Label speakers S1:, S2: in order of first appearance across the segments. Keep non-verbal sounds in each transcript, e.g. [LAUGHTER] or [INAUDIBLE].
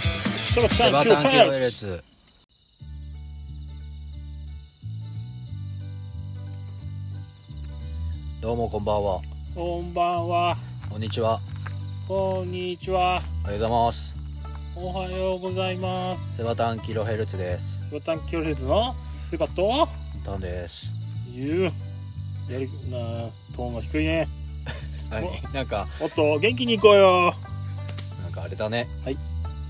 S1: Shot
S2: 手
S1: time,
S2: 羽
S1: two
S2: 短系
S1: fouls.
S2: 列どうもこんばんは
S1: こんばんは。
S2: こんにちは
S1: こんにちは。
S2: おはようございます
S1: おはようございます。
S2: セバタンキロヘルツです
S1: ボタン強烈のセバと、
S2: タンです
S1: ゆう。やる、な、トーンが低いね。
S2: 何 [LAUGHS] なんか
S1: おっと、元気に行こうよ。
S2: なんかあれだね
S1: はい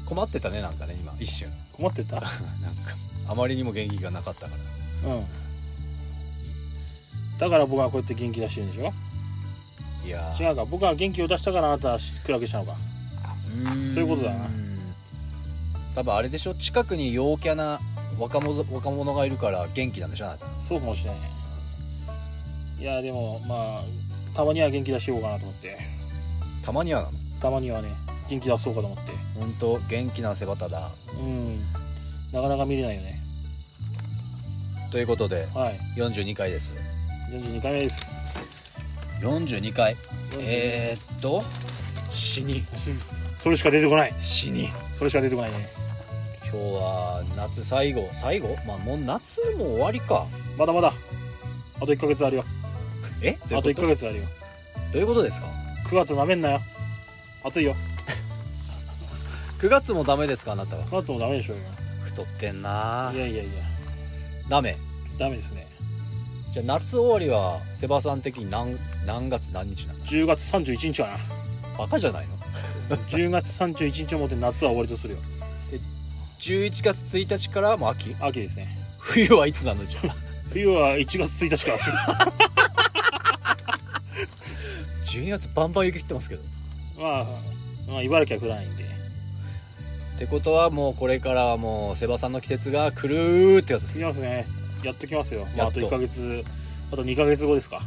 S2: 困ってたねなんかね今一瞬
S1: 困ってた
S2: なんかあまりにも元気がなかったから
S1: うん。だから僕はこうやって元気出してるんでしょ
S2: いやー
S1: 違うか僕は元気を出したからあなたはしっくらけしたのか
S2: うーん
S1: そういうことだな
S2: 多分あれでしょ近くに陽キャな若者若者がいるから元気なんでしょあなた
S1: そうかもしれないいやでもまあたまには元気出しようかなと思って
S2: たまにはなの
S1: たまにはね元気出そうかと思って
S2: 本当元気なセバタだ
S1: うんなかなか見れないよね
S2: ということで
S1: はい
S2: 42回です
S1: 42回目です
S2: 42回えー、っと死に
S1: それしか出てこない
S2: 死に
S1: それしか出てこないね
S2: 今日は夏最後最後まあもう夏も終わりか
S1: まだまだあと1ヶ月あるよ
S2: え
S1: あ
S2: どう
S1: と
S2: い
S1: 1
S2: うこ
S1: ヶ
S2: とど
S1: 月あるよ
S2: ういうことですか
S1: 9月なめんなよ暑いよ
S2: 9月もダメですかあなたは
S1: 9月もダメでしょうよ
S2: 太ってんない
S1: やいやいや
S2: ダメ
S1: ダメですね
S2: じゃあ夏終わりはセバさん的に何何月何日なの
S1: 10月31日か
S2: [LAUGHS]
S1: な
S2: バカじゃないの
S1: 10月31日をもって夏は終わりとするよ
S2: 11月1日からもう秋
S1: 秋ですね
S2: 冬はいつなのじゃあ
S1: 冬は1月1日から
S2: [LAUGHS]
S1: する
S2: 12月バンバン雪降ってますけど
S1: まあ、まあ、茨城は降らないんで
S2: ってことはもうこれからはもうセバさんの季節が来るーってやつです
S1: 次ますねやっときますよ、まあ、
S2: や
S1: あ
S2: っ
S1: と
S2: と
S1: 1ヶ月あと2ヶ月後ですか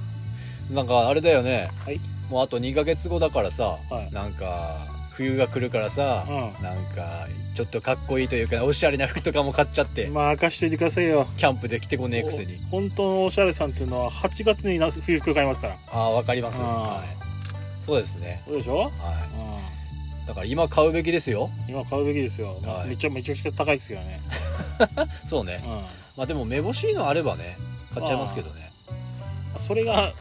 S2: なんかあれだよね
S1: はい
S2: もうあと2ヶ月後だからさ、
S1: はい
S2: なんか冬が来るからさ、
S1: う
S2: なんかちょっとかっこいいというかおしゃれな服とかも買っちゃって、
S1: まあ明かしといてくださいよ
S2: キャンプで着てこねえくせに
S1: お本当のおしゃれさんっていうのは8月にな冬服買いますから
S2: ああわかります
S1: うん
S2: はいそうですね
S1: そうでしょ、
S2: は
S1: う
S2: いだから今買うべきですよ
S1: ん、今買うべきですよ、まあ
S2: はい
S1: めちゃめちゃくちゃ高いですけどね、
S2: そうね
S1: う
S2: まあでもめぼしいのあればね買っちゃいますけどね
S1: ん、それが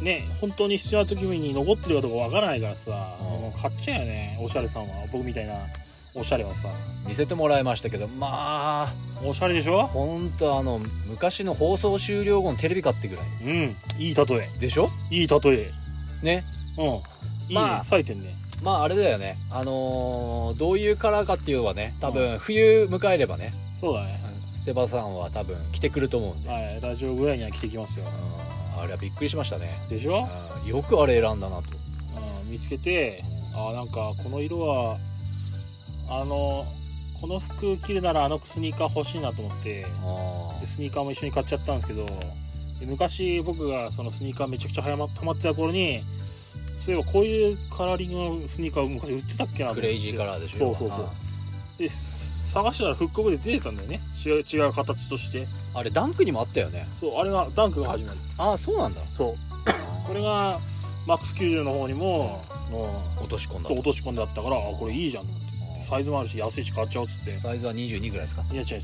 S1: ね本当に必要な時に残ってるかどうかわからないからさ、
S2: うん
S1: もう買っちゃうよねおしゃれさんは僕みたいなおしゃれはさ
S2: 見せてもらいましたけどまあ
S1: おしゃれでしょ
S2: ほんとあの昔の放送終了後のテレビ買ってぐらい
S1: うんいい例え
S2: でしょ
S1: いい例え
S2: ね
S1: うんいいね
S2: まあ
S1: 採点ね
S2: まああれだよねあのーどういうカラーかっていうのはね多分冬迎えればね
S1: そうだね
S2: セバさんは多分来てくると思うんで、
S1: はいラジオぐらいには来てきますよ
S2: うんあれはびっくりしましたね
S1: でしょ、
S2: うんよくあれ選んだなと
S1: うん、見つけてあーなんかこの色はあのこの服着るならあのスニーカー欲しいなと思って
S2: あ
S1: でスニーカーも一緒に買っちゃったんですけどで昔僕がそのスニーカーめちゃくちゃはやまハマってた頃にそういえばこういうカラーリングのスニーカー昔売ってたっけなと思
S2: ー
S1: って
S2: クレイジーカラーでしょ
S1: そうそうそう
S2: あ
S1: で探してたら復刻で出てたんだよね違う違う形として
S2: ーあれダンクにもあったよね
S1: そうあれがダンクが始まる
S2: ああそうなんだ
S1: そうこれがマックス90の方にももう
S2: 落とし込んだ
S1: そう落とし込んであったからあこれいいじゃんと思って
S2: うん
S1: サイズもあるし安いし買っちゃおうっつってい
S2: サイズは22ぐらいで
S1: [LAUGHS]
S2: すか
S1: や違う違う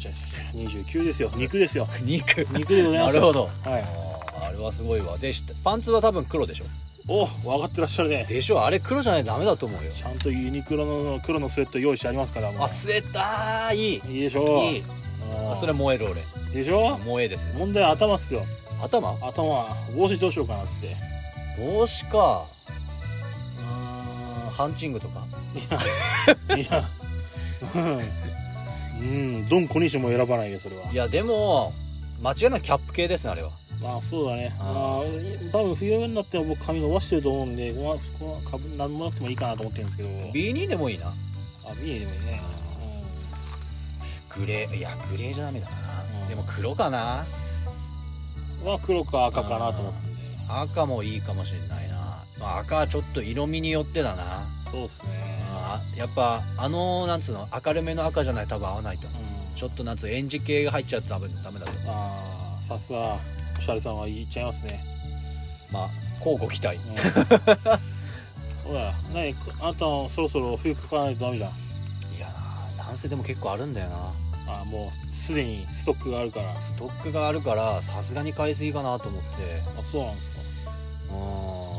S1: 違う29ですよ肉ですよ
S2: 肉
S1: 肉でござい
S2: な
S1: ます
S2: る
S1: よ
S2: ほど
S1: はい
S2: あーあれはすごいわでしパンツは多分黒でしょ
S1: お分かってらっしゃるね
S2: でしょあれ黒じゃないとダメだと思うよ
S1: ちゃんとユニクロの黒のスウェット用意してありますからもう
S2: あスウェットあーいい
S1: いいでしょ
S2: いい
S1: うん
S2: あそれ燃える俺
S1: でしょ
S2: 萌えです
S1: 問題は頭っすよ
S2: 頭
S1: 頭帽子どうしようかなっつってい
S2: 帽子かうーんハンチングとか [LAUGHS]
S1: やいやうんうんドン小西も選ばないよそれはい
S2: やでも間違いなくキャップ系ですねあれは
S1: まあそうだね
S2: うん
S1: まあ多分冬になっても僕髪伸ばしてると思うんでここはそこはかぶ何もなくてもいいかなと思ってるんですけど
S2: B2 でもいいな
S1: あビールでもいいね
S2: グレーいやグレーじゃダメだな、
S1: うん
S2: でも黒かな
S1: うんは黒か赤かなと思ってんで
S2: 赤もいいかもしれないな、まあ、赤はちょっと色味によってだな
S1: そうっすね
S2: あーやっぱあのなんつうの明るめの赤じゃないと多分合わないと思う
S1: うん
S2: ちょっとなんつうエンジ系が入っちゃうと多分ダメだと思う
S1: あーさすがおしゃれさんは言っちゃいますね
S2: まあ交互期待
S1: うんほら何あなたもそろそろ冬服買わないとダメじゃん
S2: いやー男性でも結構あるんだよな
S1: あーもうすでにストックがあるから
S2: ストックがあるからさすがに買いすぎかなと思って
S1: あそうなんですか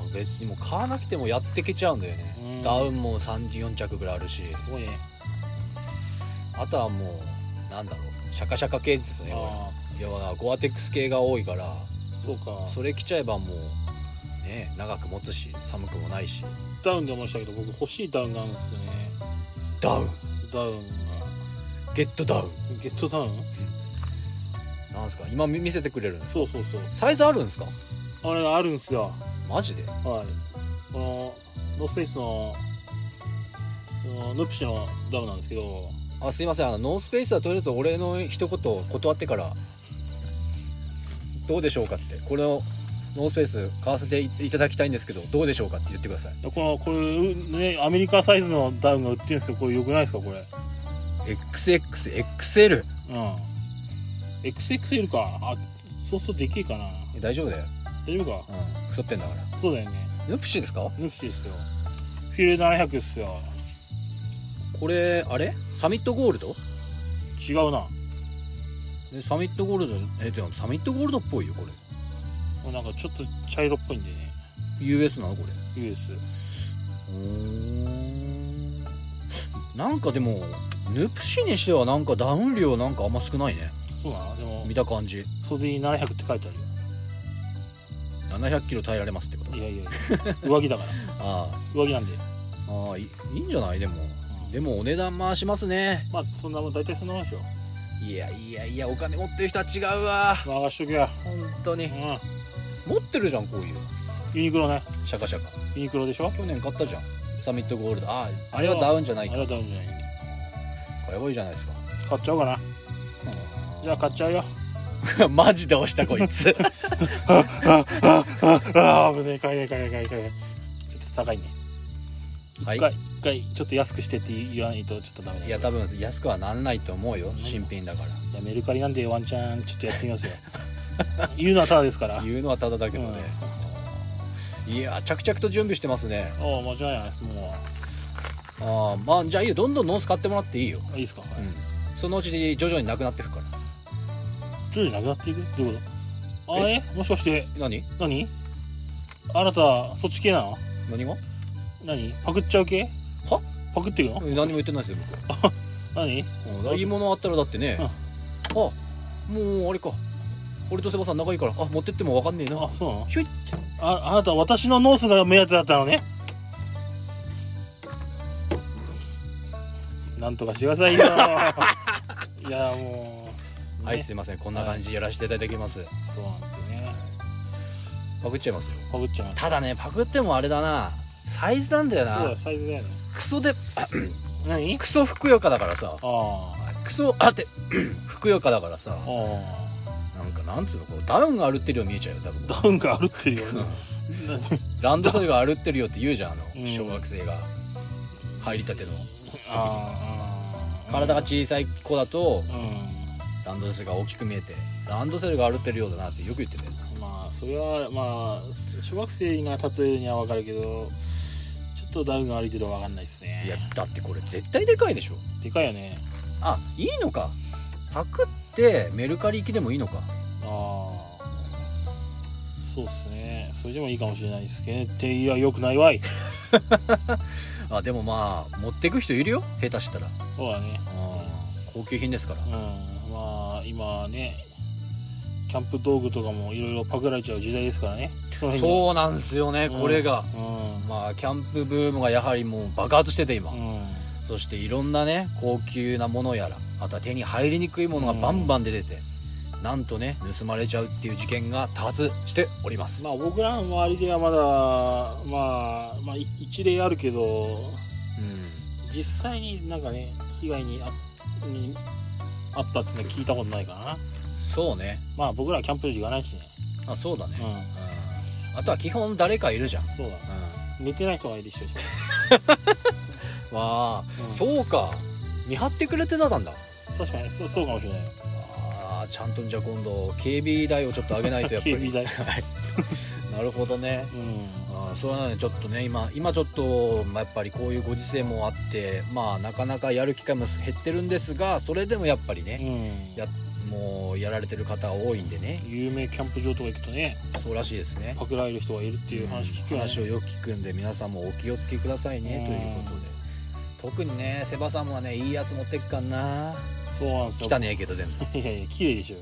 S2: うん別にもう買わなくてもやってけちゃうんだよ
S1: うん
S2: ねダウンも34着ぐらいあるし
S1: すごいね
S2: あとはもうなんだろうシャカシャカ系ですよね
S1: あ
S2: 要はゴアテックス系が多いから
S1: あそうか
S2: それ着ちゃえばもうね長く持つし寒くもないし
S1: ダウンで思いましたけど僕欲しいダウンがあるんですよね
S2: ダウン
S1: ダウン
S2: ゲットダウン
S1: がゲットダウン
S2: なんすか今見見せてくれるんですか
S1: そうそうそう
S2: サイズあるんですか
S1: あれあるんですよ
S2: マジで
S1: はいこのノースペースのそのヌプシのダウンなんですけど
S2: あすいませんあのノースペースはとりあえず俺の一言断ってからどうでしょうかってこれをノースペース買わせていただきたいんですけどどうでしょうかって言ってください
S1: このこれうねアメリカサイズのダウンが売ってるんですよこれよくないですかこれ
S2: XXXL
S1: うん XXL かあそうするとできるかな
S2: え大丈夫だよ、
S1: 大丈夫か
S2: うん、太ってんだから
S1: そうだよね
S2: ヌプシーですか
S1: ヌプシですよフィル700ですよ
S2: これあれサミットゴールド
S1: 違うな
S2: えサミットゴールドえでもサミットゴールドっぽいよこれ
S1: もうなんかちょっと茶色っぽいんでね
S2: US なのこれ
S1: US
S2: なんかでもヌプシにしてはなんかダウン量なんかあんま少ないね
S1: そうなのでも
S2: 見た感じ
S1: 袖に700って書いてあるよ
S2: 7 0 0キロ耐えられますってこと
S1: いやいやいや上着だから
S2: あ
S1: 上着なんで
S2: あああいいいんじゃないでもでもお値段回しますね
S1: まあそんなもん大体そんなもんでしょ
S2: いやいやいやお金持ってる人は違うわ
S1: 回しとけや
S2: 本当
S1: う
S2: に
S1: ん
S2: 持ってるじゃんこういう
S1: ユニクロね
S2: シャカシャカ
S1: ユニクロでしょ
S2: 去年買ったじゃんサミットゴールドあああれはダウンじゃ
S1: あ
S2: ない
S1: れ
S2: か
S1: はダウンじゃない
S2: 買えばいいじゃないですか
S1: 買っちゃおうかなじゃあ買っちゃうよ
S2: [LAUGHS] マジで押したこいつ
S1: [LAUGHS] ああ危ねえ買えない買えない買えない買えないちょっと高いね
S2: はい
S1: 一回一回ちょっと安くしてって言わないとちょっとダメだ
S2: い
S1: や
S2: や多分安くはなんないと思うよ新品だから
S1: メルカリなんでワンチャンちょっとやってみますよ [LAUGHS] 言うのはただですから
S2: 言うのはただだけどね、いや着々と準備してますね
S1: ああ間違いないですも
S2: ああまあじゃあいいよどんどんノース買ってもらっていいよ、
S1: ういいですか、はい
S2: うん、そのうち徐々になくなってくから
S1: 徐々になくなっていくどういうことあれもしかして
S2: 何
S1: 何あなたそっち系なの
S2: 何が
S1: 何パクっちゃう系
S2: は
S1: パクっていくの
S2: 何も言ってないですよ
S1: 何
S2: 僕、うん、いいものあったらだってね、
S1: うん
S2: あもうあれか俺とセバさん仲いいからあ持ってっても分かんねえ
S1: あ
S2: な
S1: そうなの
S2: ひょいって
S1: ああなた私のノースが目当てだったのねなんとかしてくださいよ [LAUGHS] いやもう、ね
S2: はいすいませんこんな感じでやらせていただきます、
S1: そうなんですよね
S2: パクっちゃいますよ
S1: パクっちゃう
S2: ただねパクってもあれだなサイズなんだよ
S1: そうだよ
S2: な
S1: サイズだよね
S2: クソで
S1: 何
S2: クソふくよかだからさ
S1: ああ
S2: クソあって [CLEARS THROAT] ふくよかだからさ
S1: ああ
S2: なんかなんつうのこうダウンが歩ってるように見えちゃうよ多分
S1: ダウンがあるってるよね
S2: [LAUGHS] ランドセルが歩ってるよって言うじゃんあの
S1: うん
S2: 小学生が入りたての
S1: ああ
S2: 体が小さい子だと
S1: うん
S2: ランドセルが大きく見えてランドセルが歩ってるようだなってよく言ってたよ
S1: まあそれはまあ小学生が例えるには分かるけどちょっとダウンが歩いてるのは分かんないですね
S2: いやだってこれ絶対でかいでしょ
S1: でかいよね
S2: あいいのかパクってメルカリ行きでもいいのか
S1: ああそうっすねそれでもいいかもしれないですけどねっていやよくないわい
S2: あでもまあ持ってく人いるよ下手したら
S1: そうだね
S2: 高級品ですから
S1: うんまあ今ねキャンプ道具とかもいろいろパクられちゃう時代ですからね
S2: そうなんすよね
S1: うん
S2: これが
S1: うん
S2: まあキャンプブームがやはりもう爆発してて今
S1: うん
S2: そしていろんなね高級なものやらあとは手に入りにくいものがバンバン出ててなんとね盗まれちゃうっていう事件が多発しております
S1: まあ僕らの周りではまだまあまあい一例あるけど
S2: うん
S1: 実際になんかね被害にあにあったっていうのは聞いたことないかな
S2: そうね
S1: まあ僕らはキャンプ場行かないしね
S2: あそうだね
S1: う
S2: うん
S1: ん
S2: あとは基本誰かいるじゃんう
S1: そうだ
S2: ん
S1: 寝てない人がいる人でし
S2: わあ
S1: ょ、うん
S2: そうか見張ってくれてたんだ
S1: 確かにそうそうかもしれない
S2: [LAUGHS] あーちゃんとじゃあ今度警備代をちょっと上げないとやっぱ
S1: 警備
S2: り
S1: 代
S2: なるほどね
S1: うん
S2: あーそれはねちょっとね今今ちょっと、まあ、やっぱりこういうご時世もあってまあなかなかやる機会も減ってるんですがそれでもやっぱりね、
S1: うん
S2: やもうやられてる方が多いんでね
S1: 有名キャンプ場とか行くとね
S2: そうらしいですね
S1: パクられる人がいるっていう話聞くよね
S2: 話をよく聞くんで皆さんもお気をつけくださいねということで特にねセバさんはねいいやつ持ってっかんな
S1: そうなんですよ
S2: 汚ねえけど全
S1: [LAUGHS]
S2: 部
S1: いやいや綺麗でし
S2: [LAUGHS]
S1: ょ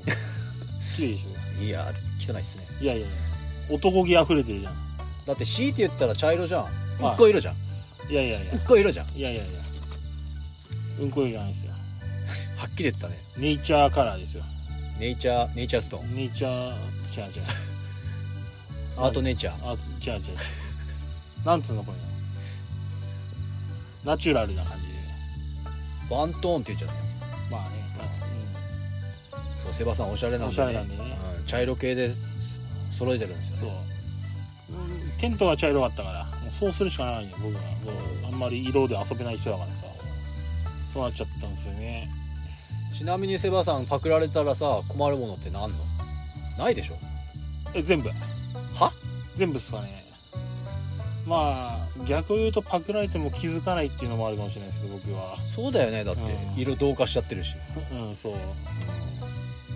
S1: 綺麗でし
S2: いや汚いっすね
S1: ょいやいやいや男気溢れてるじゃん
S2: だって強いて言ったら茶色じゃん
S1: は
S2: 一
S1: い
S2: 個色じゃん
S1: いやいやいや
S2: 一個色じゃんはっ
S1: いやいやいやうんこよりじゃないですよ
S2: きり言ったね
S1: ネイチャーカラーですよ
S2: ネイチャーネイチャーストーン
S1: ネイチャー違う違う
S2: アートネイチャー
S1: あ違う違う違うなんつうのこれナチュラルな感じで
S2: ワントーンって言っちゃったね
S1: まあね、まあ
S2: そうセバさんおしゃれなんで、ね、
S1: おしゃれなんでね
S2: うん茶色系です揃えてるんですよ、ね、
S1: そう、うん、テントが茶色かったからもうそうするしかないよ僕はもうあんまり色で遊べない人だからさそうなっちゃったんですよね
S2: ちなみにセバさんパクられたらさ困るものって何のないでしょ
S1: え全部
S2: は
S1: 全部っすかねまあ逆を言うとパクられても気づかないっていうのもあるかもしれないですけど僕は
S2: そうだよねだって
S1: うん
S2: 色同化しちゃってるし
S1: うんそう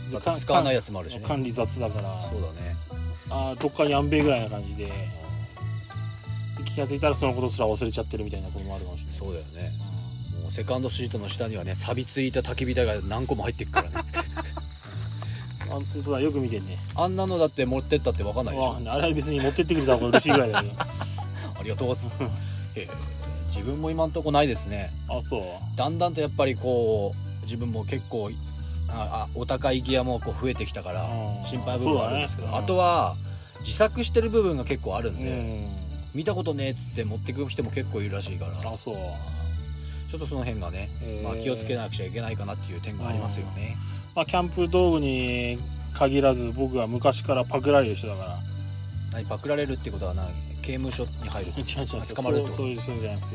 S1: で
S2: だって使わないや
S1: か
S2: つもあるしね
S1: 管理雑だから
S2: そうだね
S1: あーどっかにアンベイぐらいな感じで気が付いたらそのことすら忘れちゃってるみたいなこともあるかもしれない
S2: そうだよねもうセカンドシートの下にはね錆びついた焚き火台が何個も入ってくからね
S1: [LAUGHS] うんあ本当だよく見てね
S2: あんなのだって持ってったって分かんないでしょ
S1: ああれは別に持ってってくれた方が嬉しいぐらいだ
S2: [LAUGHS]
S1: けど
S2: ありがとうございま
S1: [LAUGHS]
S2: すへえ自分も今んとこないですね
S1: あそう
S2: だんだんとやっぱりこう自分も結構ああお高いギアもこう増えてきたから
S1: うん
S2: 心配部分はあるんですけど、
S1: そうだ
S2: あ
S1: ね
S2: とは自作してる部分が結構あるん
S1: う
S2: で、
S1: ん
S2: 見たことねえっつって持ってく人も結構いるらしいから
S1: あそう
S2: ちょっとその辺がね、
S1: へえ
S2: まあ、気をつけなくちゃいけないかなっていう点がありますよね、
S1: まあキャンプ道具に限らず僕は昔からパクられる人だから
S2: 何パクられるってことはな刑務所に入る
S1: 違う違う違う
S2: 捕まるってこ
S1: そう
S2: と
S1: そういうそういうじゃなくて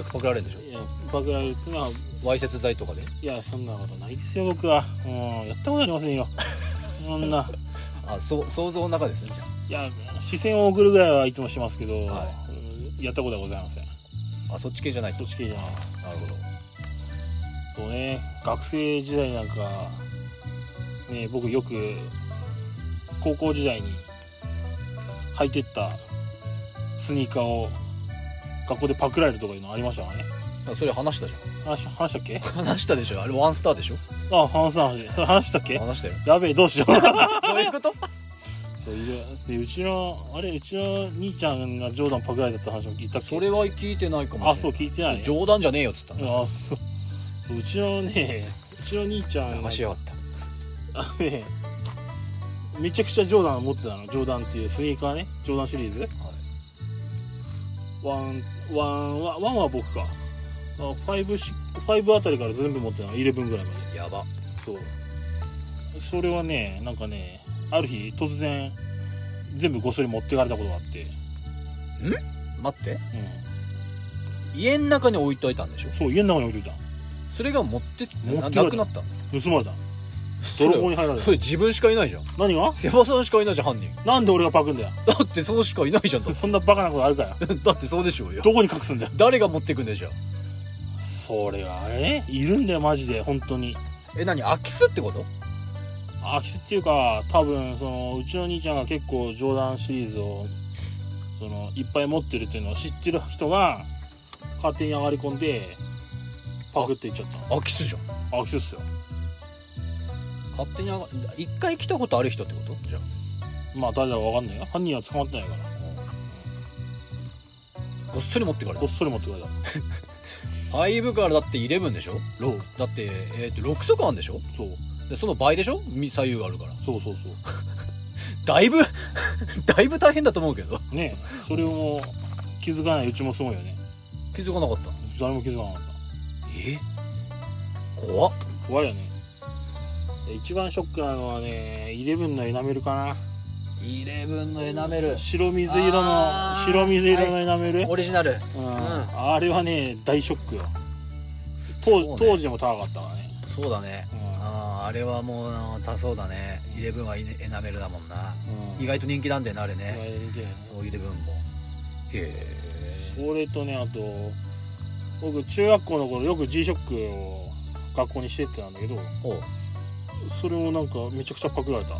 S2: よくパクられるんでし
S1: いやパクられるってのは
S2: ょわいせつ罪とかで
S1: いやそんなことないですよ僕はもうやったことありません
S2: [LAUGHS]
S1: よそんな
S2: あそう想像の中ですねじ
S1: い
S2: ゃ
S1: や視線を送るぐらいはいつもしますけど、
S2: は
S1: うんやったことはございません
S2: ああそっち系じゃない
S1: そっち系じゃないです
S2: なるほど
S1: とね学生時代なんかね僕よく高校時代に履いてったスニーカーを学校でパクられるとかいうのありましたからね
S2: あそれ話したじ
S1: 話し話したっ
S2: [LAUGHS]
S1: け
S2: ゃん話したでしょあれワンスターでしょ
S1: あ話した話それ話したっけ
S2: 話したよ
S1: やべえどうしよう
S2: [LAUGHS] どういうこと
S1: [LAUGHS] そういやでうちのあれうちの兄ちゃんがジョーダンパクられたって話も聞いたっけ
S2: それは聞いてないかも
S1: あ
S2: し
S1: そう
S2: れな
S1: 聞
S2: い
S1: いてない、ね、
S2: 冗談じゃねえよっつったの
S1: あそうそううちのねうちの兄ちゃん
S2: 騙
S1: が
S2: しやがった
S1: あのねめちゃくちゃジョーダン持ってたのジョーダンっていうスニーカーねジョーダンシリーズワンワンワンワンは僕かあファイブシファイブあたりから全部持ってたのイレブンぐらいまで
S2: やば
S1: そうそれはねなんかねある日突然全部ごっそり持ってかれたことがあって、
S2: 待って家の中に置いといたんでしょ
S1: うん、そう家の中に置いとい
S2: それが持って
S1: 持って
S2: な
S1: 帰る
S2: なくなったの
S1: た盗まれた泥棒に入られ
S2: そ
S1: た
S2: れ自分しかいないじゃん
S1: 何が
S2: セバさんしかいないじゃん犯人
S1: なんで俺がパクんだよ
S2: だってそうしかいないじゃんだっ
S1: そんなバカなことあるかよ
S2: て [LAUGHS] だってそうでしょうよ
S1: どこに隠すんだよ
S2: 誰が持ってくんだよじゃあ
S1: それはあれねいるんだよマジで本当に
S2: え何空き巣ってこと
S1: 空き巣っていうか多分そのうちの兄ちゃんが結構ジョーダンシリーズをそのいっぱい持ってるっていうのを知ってる人が勝手に上がり込んでパクっていっちゃった
S2: 空き巣じゃん
S1: の空き巣っすよ
S2: 勝手に上が一回来たことある人ってことじゃ
S1: まあ誰だか分かんないよ犯人は捕まってないから
S2: あごっそり持ってかれ
S1: こ
S2: た
S1: っそり持ってくれた
S2: 5からだって11でしょ
S1: そう
S2: だって、えー、と6足あるんでしょ
S1: そう
S2: でその倍でしょみ左右あるから
S1: そうそうそ
S2: だいぶ [LAUGHS] だいぶ大変だと思うけど
S1: うねえそれをもう気づかないうちもすごいよね
S2: 気づかなかった
S1: 誰も気づかなかっ
S2: え怖った
S1: 怖いよねで一番ショックなのはねイレブンのエナメルかな
S2: イレブンのエナメル
S1: 白水色の
S2: あー
S1: 白水色のエナメル、
S2: オリジナル
S1: うん
S2: ん
S1: あれはね大ショックよ
S2: そう
S1: 当,、
S2: ね
S1: 当時でも高かったからね、
S2: そうだね
S1: うん
S2: ああれはもうな多そうだねイレブンはイネエナメルだもんな
S1: うん
S2: 意外と人気なんだよなあれね
S1: 意外とね
S2: イレブンもへえ
S1: それとねあと僕中学校の頃よく G ショックを学校にしてってたんだけど
S2: おう
S1: それをなんかめちゃくちゃパクられた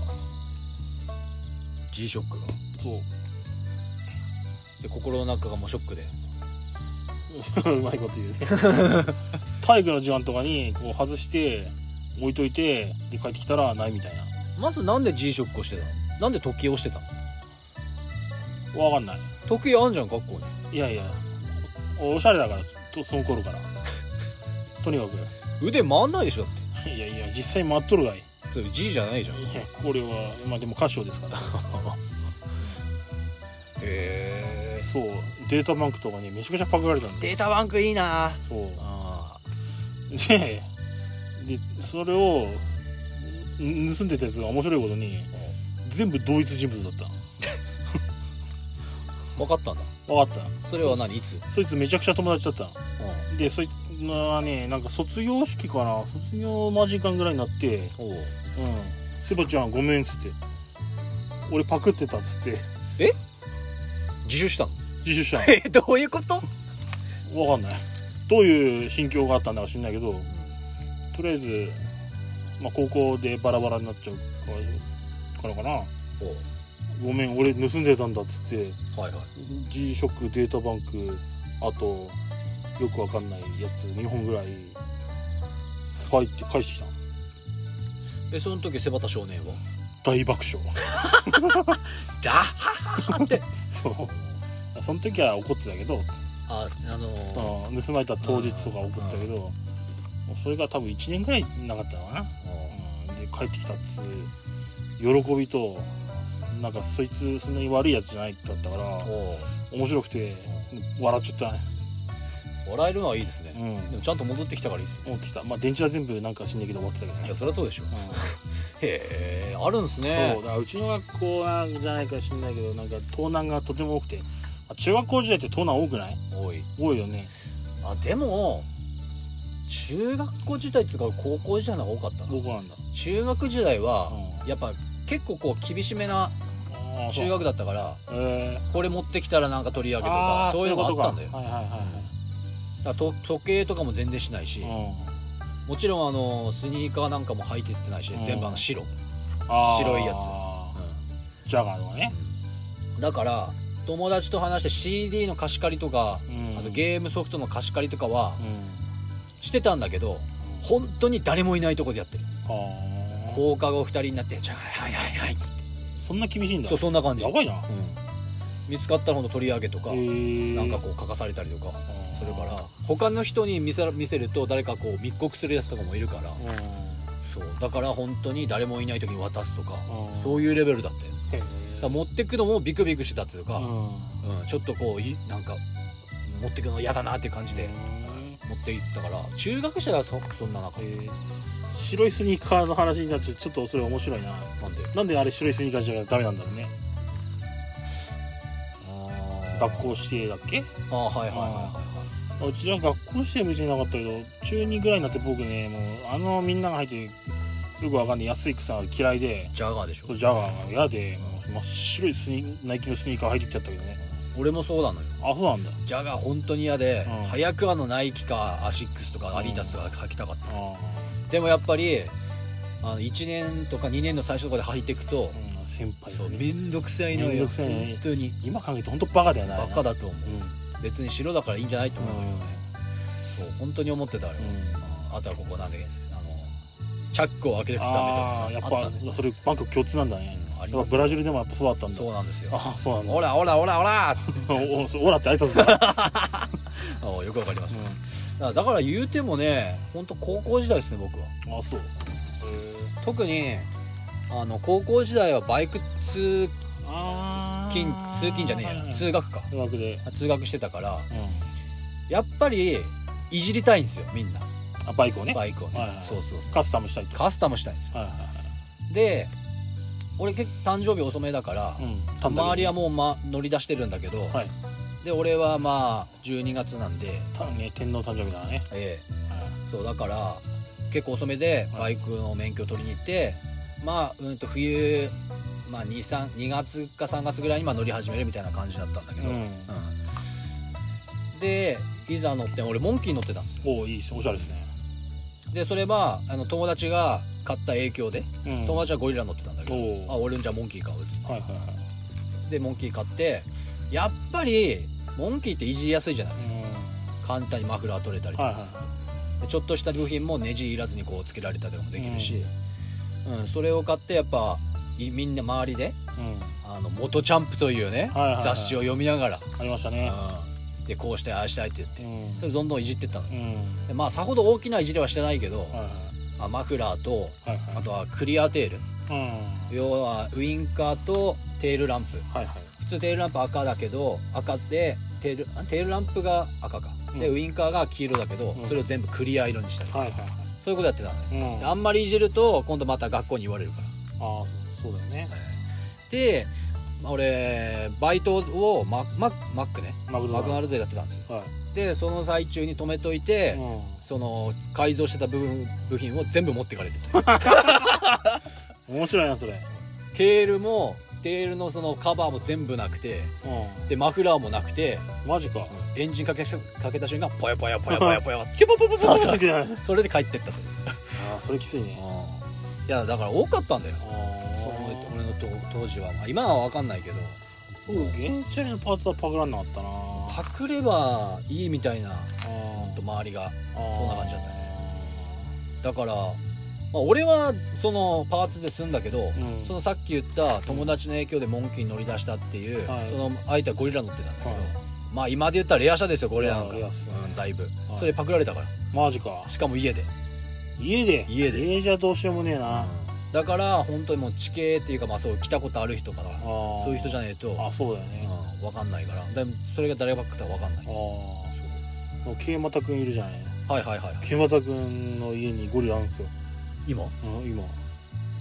S2: G ショックが
S1: そう [LAUGHS]
S2: で心の中がもうショックで
S1: うまいこと言うね
S2: [LAUGHS]
S1: 体育の時間とかにこう外して置いといてで帰ってきたらないみたいな
S2: まずなんで G ショックをしてたのなんで時計をしてたの
S1: わかんない
S2: 時計あんじゃん学校に
S1: いやいやおおしゃれだからとその頃
S2: [LAUGHS]
S1: からとにかく
S2: 腕回んないでしょだって
S1: いやいや実際待っとるがいい
S2: それ G じゃないじゃんへ
S1: やこれはまあでも歌唱ですから
S2: え
S1: そうデータバンクとかにめちゃくちゃパクられたんで
S2: データバンクいいな
S1: そう
S2: あ
S1: ででそれをん盗んでたやつが面白いことに全部同一人物だっ
S2: 分かったんだ
S1: た分かっ
S2: それは何いつ
S1: たそいつめちゃくちゃ友達だったのでそいつがねなんか卒業式かな卒業間近ぐらいになって「
S2: おう
S1: うんセボちゃんごめん」っつって「俺パクってた」っつって
S2: 自首したの
S1: 自首した
S2: えどういうこと
S1: のわかんないどういう心境があったんだか知んないけどとりあえず、まあ、高校でバラバラになっちゃうからかな
S2: おう
S1: 「ごめん俺盗んでたんだ」っつって
S2: はいはい
S1: G ショックデータバンクあとよくわかんないやつ2本ぐらい返って返してきたの
S2: えその時背端少年は
S1: 大爆笑 [LAUGHS]
S2: だはって
S1: そうその時は怒ってたけど、
S2: ああの
S1: その盗まれた当日とか怒ったけど、もうそれが多分1年ぐらいなかったのかな、うん、で帰ってきたっつう喜びとなんかそいつそんなに悪いやつじゃないだったから
S2: おう
S1: 面白くて笑っちゃったね
S2: 笑えるのはいいですね
S1: う、ん
S2: でもちゃんと戻ってきたからいいですね
S1: 持ってきたまあ電池は全部なんか死んだけど終わってたけど
S2: い
S1: ね
S2: やそりゃそうでしょへえあるんす
S1: うん
S2: ね
S1: そうだからうちの学校はじゃないか知んないけどなんか盗難がとても多くてあ中学校時代って盗難多くない
S2: おい
S1: 多いよね
S2: あでも中学校時代っつうか高校時代の方が多かったな
S1: 僕なんだ、
S2: 中学時代
S1: う
S2: は、
S1: ん
S2: やっぱ結構こう厳しめな
S1: あーそう
S2: 中学だったから
S1: え
S2: これ持ってきたらなんか取り上げと
S1: あ
S2: か
S1: ー
S2: そういうのがあったんだよ
S1: そういうことかはいはいはい
S2: だからと時計とかも全然しないし、
S1: はい、うん
S2: もちろんあのスニーカーなんかも履いてってないし、
S1: うん
S2: 全部あの白、
S1: あー
S2: 白いやつ
S1: ジャガーとかね、
S2: だから友達と話して CD の貸し借りとか、
S1: うん
S2: あとゲームソフトの貸し借りとかは
S1: うん
S2: してたんだけど本当に誰もいないとこでやってる
S1: あー
S2: 放課後2人になって「じゃあはいはいはい」っつって
S1: そんな厳しいんだ
S2: そうそんな感じ
S1: やばいな
S2: うん見つかったらほんと取り上げとか、
S1: ー
S2: なんかこう書かされたりとか
S1: うん
S2: するから他の人に見せ見せると誰かこう密告するやつとかもいるから、
S1: うん
S2: そうだから本当に誰もいない時に渡すとか、
S1: うん
S2: そういうレベルだったよ
S1: へ
S2: だ
S1: ー
S2: から持ってくのもビクビクしてたっつうか、
S1: うん
S2: うんちょっとこういなんか持ってくの嫌だなって感じで
S1: うん
S2: 持っていったから中学生はそそんな中
S1: えー白いスニーカーの話になっちゃうちょっとそれ面白いな
S2: なんで
S1: なんであれ白いスニーカーじゃダメなんだろうね学校指定だっけ
S2: ああはいはいはいはいは
S1: うちは学校指定別になかったけど中2ぐらいになって僕ねもうあのみんなが入ってるよくわかんない安い草が嫌いで
S2: いジャガーでしょ
S1: そうジャガーが嫌でもう真っ白いスニナイキのスニーカー履いてきちゃったけどね
S2: 俺もそうなのよ
S1: あそうなんだ
S2: ジャガー本当に嫌で、
S1: うん
S2: 早くあのナイキかアシックスとかアリーダスとか履きたかった、
S1: あ
S2: でもやっぱりあの1年とか2年の最初とかで履いていくと
S1: あ、、うん、先輩
S2: そう
S1: だね
S2: めんどくさいの
S1: めんど
S2: よ
S1: くさいね
S2: 本当に
S1: 今考えて本当バカだよな
S2: バカ
S1: だ
S2: だと思う
S1: うん
S2: 別に白だからいいんじゃないと思う、
S1: う
S2: そう本当に思ってたよ、
S1: ん
S2: あとはここなんだっけあのチャックを開けてくダメとか
S1: あ
S2: さ
S1: あやっ
S2: あった
S1: ぱ
S2: んだよ
S1: それバンク共通なんだね
S2: うんあり
S1: やっ
S2: ま
S1: ぱ
S2: す
S1: ブ
S2: よ
S1: ラジルでもやっぱそうだったんだ
S2: そうなんですよ
S1: ああそうなんだ
S2: オラオラオラオラーっつって
S1: おおそうオラって挨拶だな、
S2: おうよくわかりましただからだから言うてもね本当高校時代ですね僕は
S1: うん、あそうへ
S2: 特にあの高校時代はバイク通
S1: ーあ
S2: 勤通勤じゃねえや通学か
S1: うまくで、
S2: 通学してたから
S1: うん、
S2: やっぱりいじりたいんですよみんな
S1: あバイクをね
S2: バイクをね、
S1: はいはい
S2: そうそうそう
S1: カスタムしたいと
S2: カスタムしたいんですよ
S1: はいはいは
S2: で俺結構誕生日遅めだから、
S1: い、うん、
S2: 周りは
S1: も
S2: もう、ま、乗り出してるんだけど、
S1: はい
S2: で俺はまあ12月なんで、
S1: ね天皇誕生日だからね、
S2: ええ
S1: はい
S2: そうだから結構遅めで
S1: は
S2: バ
S1: い
S2: イクの免許取りに行って、まあ、うんと冬、まあ、2, 3 2月か3月ぐらいにまあ乗り始めるみたいな感じだったんだけど、
S1: うん
S2: うんでいざ乗って俺モンキー乗ってたんですよ
S1: おおいいですおしゃれですね
S2: でそれはあの友達が買った影響で
S1: うん
S2: 友達はゴリラ乗ってたんだけ
S1: お
S2: ど、
S1: お
S2: あ俺じゃあモンキー買うっつっ
S1: はいはいはい
S2: てでモンキー買ってやっぱりモンキーっていじりやすいじゃないですか、簡単にマフラー取れたりとかです、でちょっとした部品もネジいらずにこうつけられたりもできるし、うんそれを買ってやっぱいみんな周りで
S1: うん、うん、
S2: 「あの元チャンプ」というね、
S1: はいはいはい
S2: 雑誌を読みながら、
S1: ありましたね
S2: うんでこうしてああしたいって言って
S1: うん
S2: それどんどんいじってったの
S1: う
S2: よ
S1: ん
S2: でまあさほど大きないじりはしてないけど、
S1: はい
S2: まあマフラーと
S1: はいはいはい
S2: あとはクリアテール
S1: うん
S2: 要はウインカーとテールランプ
S1: はいはい
S2: 普通テールランプ赤だけど赤でテールあテールランプが赤か、で
S1: うん
S2: ウインカーが黄色だけど、
S1: うん
S2: それを全部クリア色にしたり、
S1: はいはい
S2: そういうことやってたのね
S1: はいうん
S2: であ
S1: あ
S2: んまりいじると今度また学校に言われるから
S1: あそうそうだよね
S2: でまあ俺バイトをマママックね
S1: マグロ
S2: マクドナ
S1: ル
S2: ルドでやってたんですよ
S1: は
S2: でその最中に止めとい
S1: い、
S2: て、
S1: うん、
S2: その改造してた部分部品を全部持ってかれると
S1: [LAUGHS] 面白いなそれうん
S2: テールもテールのそのカバーも全部なくてでマフラーもなくて
S1: マジか
S2: エンジンかけしかけた瞬間ポヤポヤポヤポヤポヤキュポポポ
S1: [LAUGHS]
S2: ポ
S1: そ
S2: ポ
S1: う
S2: そ
S1: そううそう
S2: それで帰ってったという
S1: ああそれきついね
S2: いやだから多かったんだよ
S1: あ
S2: その
S1: あ
S2: 俺のと当時は、まあ、今は分かんないけど
S1: 僕現地のパーツはパクらんなかったなあ
S2: パクればいいみたいなほんと
S1: ー
S2: 周りが
S1: あー
S2: そんな感じだっただから、まあ、俺はそのパーツで済んだけど、
S1: うん
S2: そのさっき言った友達の影響でモンキーに乗り出したっていう、
S1: はい
S2: その相手はゴリラ乗ってたんだけど、
S1: はい
S2: まあ今で言ったらレア車ですよゴリラなんか、
S1: いやレアっすね
S2: うんだいぶ、
S1: はい
S2: それパクられたから
S1: マジか
S2: しかも家で
S1: 家で
S2: 家で
S1: 家じゃどうしようもねえなあ
S2: だから本当にもう地形っていうかまあそう来たことある人から
S1: ー
S2: そういう人じゃねえと、
S1: あそうだよね
S2: うん、分かんないからでもそれが誰がパクったか分かんない
S1: ああもう桂又くんいるじゃない
S2: はいはいはいはい
S1: 桂又くんの家にゴリラあるんですよ、
S2: 今
S1: うん、今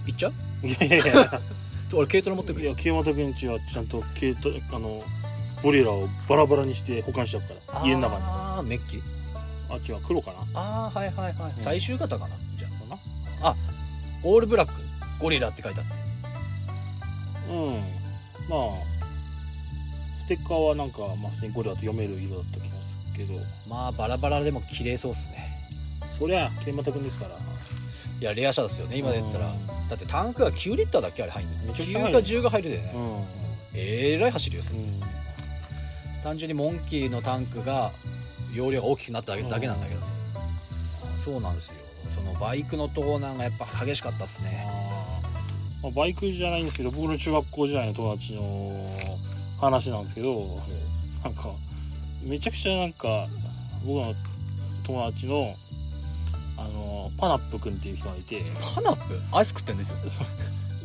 S2: 行っちゃう
S1: いやいやいや
S2: [LAUGHS] 俺軽トラ持ってく
S1: い
S2: る
S1: や桂又くんちはちゃんと軽トあのゴリラをバラバラにして保管しちゃうから家の中に
S2: ああメッキ
S1: あっちは黒かな
S2: ああはいはいはい、
S1: うん
S2: 最終型かなじゃあ
S1: かな
S2: オールブラックゴリラって書いてあった
S1: うんまあステッカーはなんか、まあ、普通にゴリラと読める色だった気がするけど
S2: まあバラバラでも綺麗そうっすね
S1: そりゃ桂又くんですから
S2: いやレア車ですよね今で言ったら
S1: うん
S2: だってタンクが9リッターだっけあれ入ん
S1: め
S2: の
S1: ちゃく
S2: 9
S1: ちゃ入る
S2: か10が入るでね、
S1: うんうん
S2: えらい走るよそれ単純にモンキーのタンクが容量が大きくなっただけ,、
S1: うん
S2: だけなんだけどそうなんですよそのバイクの盗難がやっぱ激しかったっすね
S1: あーまあ、バイクじゃないんですけど僕の中学校時代の友達の話なんですけどなんかめちゃくちゃなんか僕の友達のあのパナップ君っていう人がいて
S2: パナップアイス食ってんですよ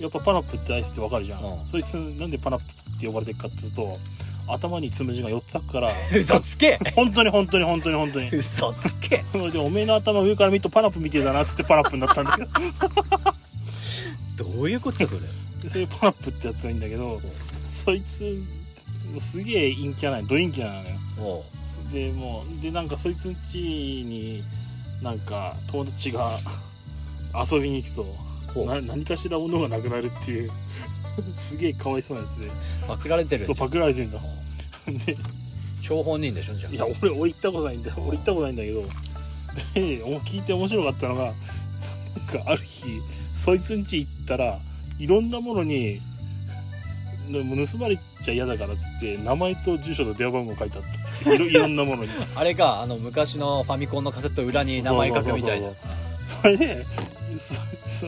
S1: やっぱパナップってアイスってわかるじゃん、
S2: うん
S1: そいつなんでパナップって呼ばれてるかっつうと頭につむじが4つあるから
S2: [LAUGHS] 嘘つけ
S1: 本当に本当に本当に本当に
S2: 嘘つけ
S1: でおめえの頭上から見るとパナップみてえだなっつってパナップになったんだけど
S2: どういうこっちゃそれ
S1: でそれパナップってやつがいいんだけどそいつすげえ陰キャなのド陰キャなのよ
S2: おう
S1: でもうでなんかそいつん家になんか友達が遊びに行く
S2: ほ
S1: と
S2: う
S1: な何かしら物がなくなるっていうすげえかわいそうなやつ
S2: パクられて
S1: で
S2: る
S1: そうパクられてんだで
S2: 張本人でしょじゃあ
S1: いや俺俺行ったことないんだよ俺行ったことないんだけどでお聞いて面白かったのがなんかある日そいつん家行ったらいろんなものにでも盗まれちゃ嫌だからっつって名前と住所と電話番号書いてあったいろいろんなものに
S2: あれかあの昔のファミコンのカセット裏 [LAUGHS] に名前書くみたいな
S1: そうそれでそ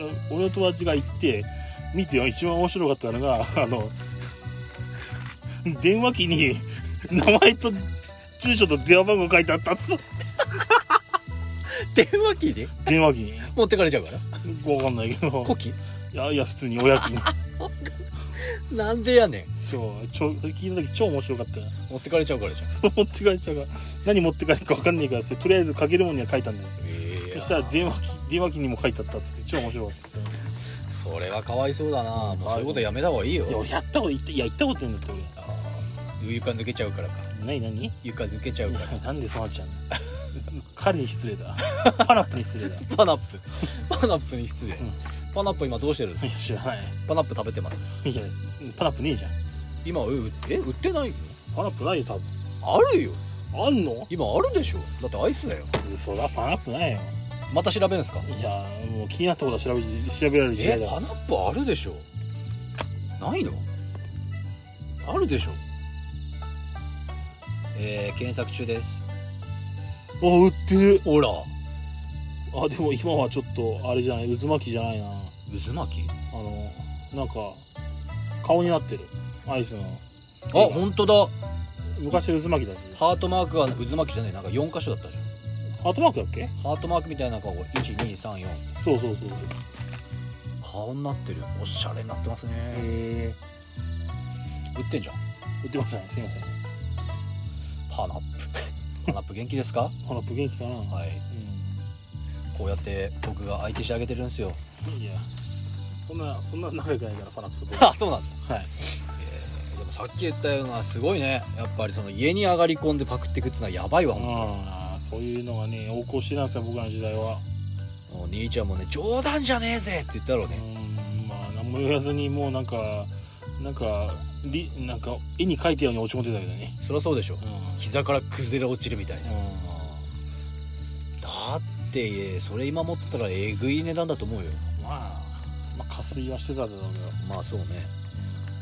S1: そ俺の友達が行って見てよ一番面白かったのがあの電話機に名前と住所と電話番号書いてあったっつって
S2: 電話機に
S1: 電話機に
S2: 持ってかれちゃうから
S1: わかんないけど
S2: コキ
S1: いやいや普通におやきに
S2: なんでやねん
S1: そうちょそれ聞いた時超面白かったよ [LAUGHS]
S2: 持ってかれちゃうからじゃん
S1: そう持って帰っちゃうから何持って帰るか分かんないからそれとりあえず書けるもんには書いたんだよ
S2: い
S1: そ
S2: や
S1: したら電話機電話機にも書いてあったっつって超面白かったですよ
S2: それはかわいそうだなも
S1: うん
S2: うそういうことやめた方がいいよ
S1: いや俺やったこと言っていや行ったこと言うんだって
S2: あー床抜けちゃうからか
S1: 俺何何い
S2: 床抜けちゃうか
S1: やなんでそうなっちゃうの [LAUGHS] 彼に失礼だパナップに失礼だ
S2: [LAUGHS] パナップパナップに失礼、
S1: ん
S2: パナップ今どうしてるんです
S1: い
S2: か
S1: や知らない
S2: パナップ食べてます
S1: いいじゃないですパナップねえじゃん
S2: 今えうえ売ってないの
S1: パナップないよ多分
S2: あるよ
S1: あんの
S2: 今あるでしょだってアイスだよ
S1: 嘘だパナップないよ
S2: また調べるんですか
S1: いやもう気になったことは調べ調べられる時
S2: え
S1: 代だ
S2: パナップあるでしょないのあるでしょえー、検索中です
S1: お売ってる
S2: ほら
S1: あでも今はちょっとあれじゃない渦巻きじゃないな
S2: 渦巻き
S1: あのなんか顔になってるアイスの
S2: あ本当だ
S1: 昔渦巻きだし
S2: ハートマークが渦巻きじゃないなんか4箇所だったじゃ
S1: ハートマークだっけ
S2: んハートマークみたいなのが1234
S1: そうそうそうそう
S2: 顔になってるおしゃれになってますね、
S1: へえ
S2: 売ってんじゃん
S1: 売ってましたねすいません
S2: パナップ [LAUGHS] パナップ元気ですか
S1: パナップ元気かなは
S2: はいこうやって僕が相手してあげてるんですよ
S1: うんいやそんなそんな仲良くないからパナップと
S2: [LAUGHS] あそうなん
S1: [LAUGHS]
S2: だ
S1: はい
S2: えーでもさっき言ったようなすごいねやっぱりその家に上がり込んでパクっていくっつうのはやばいわ、も
S1: ああそういうのがね横行してたんですよ僕らの時代は
S2: う兄ちゃんもね冗談じゃねえぜって言ったろう
S1: う
S2: ね
S1: んまあ何も言わずにもうなんかなんかりなんか絵に描いたように落ち込んでたけどね
S2: そりゃそうでしょ
S1: うん、
S2: 膝から崩れ落ちるみたいな
S1: うん
S2: だってえーそれ今持ってたらえぐい値段だと思うよ
S1: まあまあ加水はしてただろう
S2: まあそうね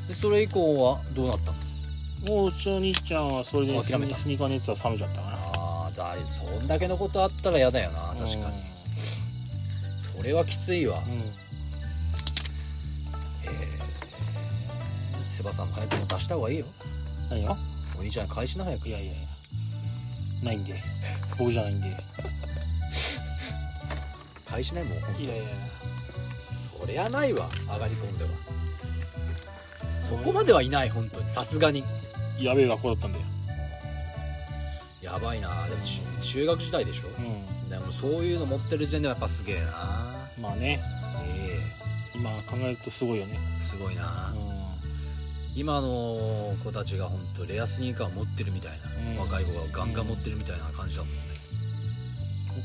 S2: でそれ以降はどうなったの
S1: けどもううちの兄ちゃんはそれでス
S2: 諦め
S1: ニ
S2: た
S1: スニーカーのやつは冷めちゃったかな
S2: ああだそんだけのことあったら嫌だよな確かにそれはきついわ
S1: うん、うん
S2: えーセバさんも早くも出した方がいいよ
S1: 何よ
S2: お兄ちゃん返しな早く
S1: いやいやいやない [LAUGHS] んで僕じゃないんでい
S2: 返しないもん
S1: やいや
S2: そりゃないわ上がり込んではそこまではいない本当にさすがに
S1: やべえ学校だったんだよ
S2: やばいなでも中中学時代でしょでもそういうの持ってる時点ではやっぱすげえな
S1: うんまあね
S2: え
S1: 今考えるとすごいよね
S2: えすごいな
S1: うん
S2: 今の子たちが本当レアスニーカー持ってるみたいな、
S1: うん
S2: 若い子がガンガン持ってるみたいな感じだもんね、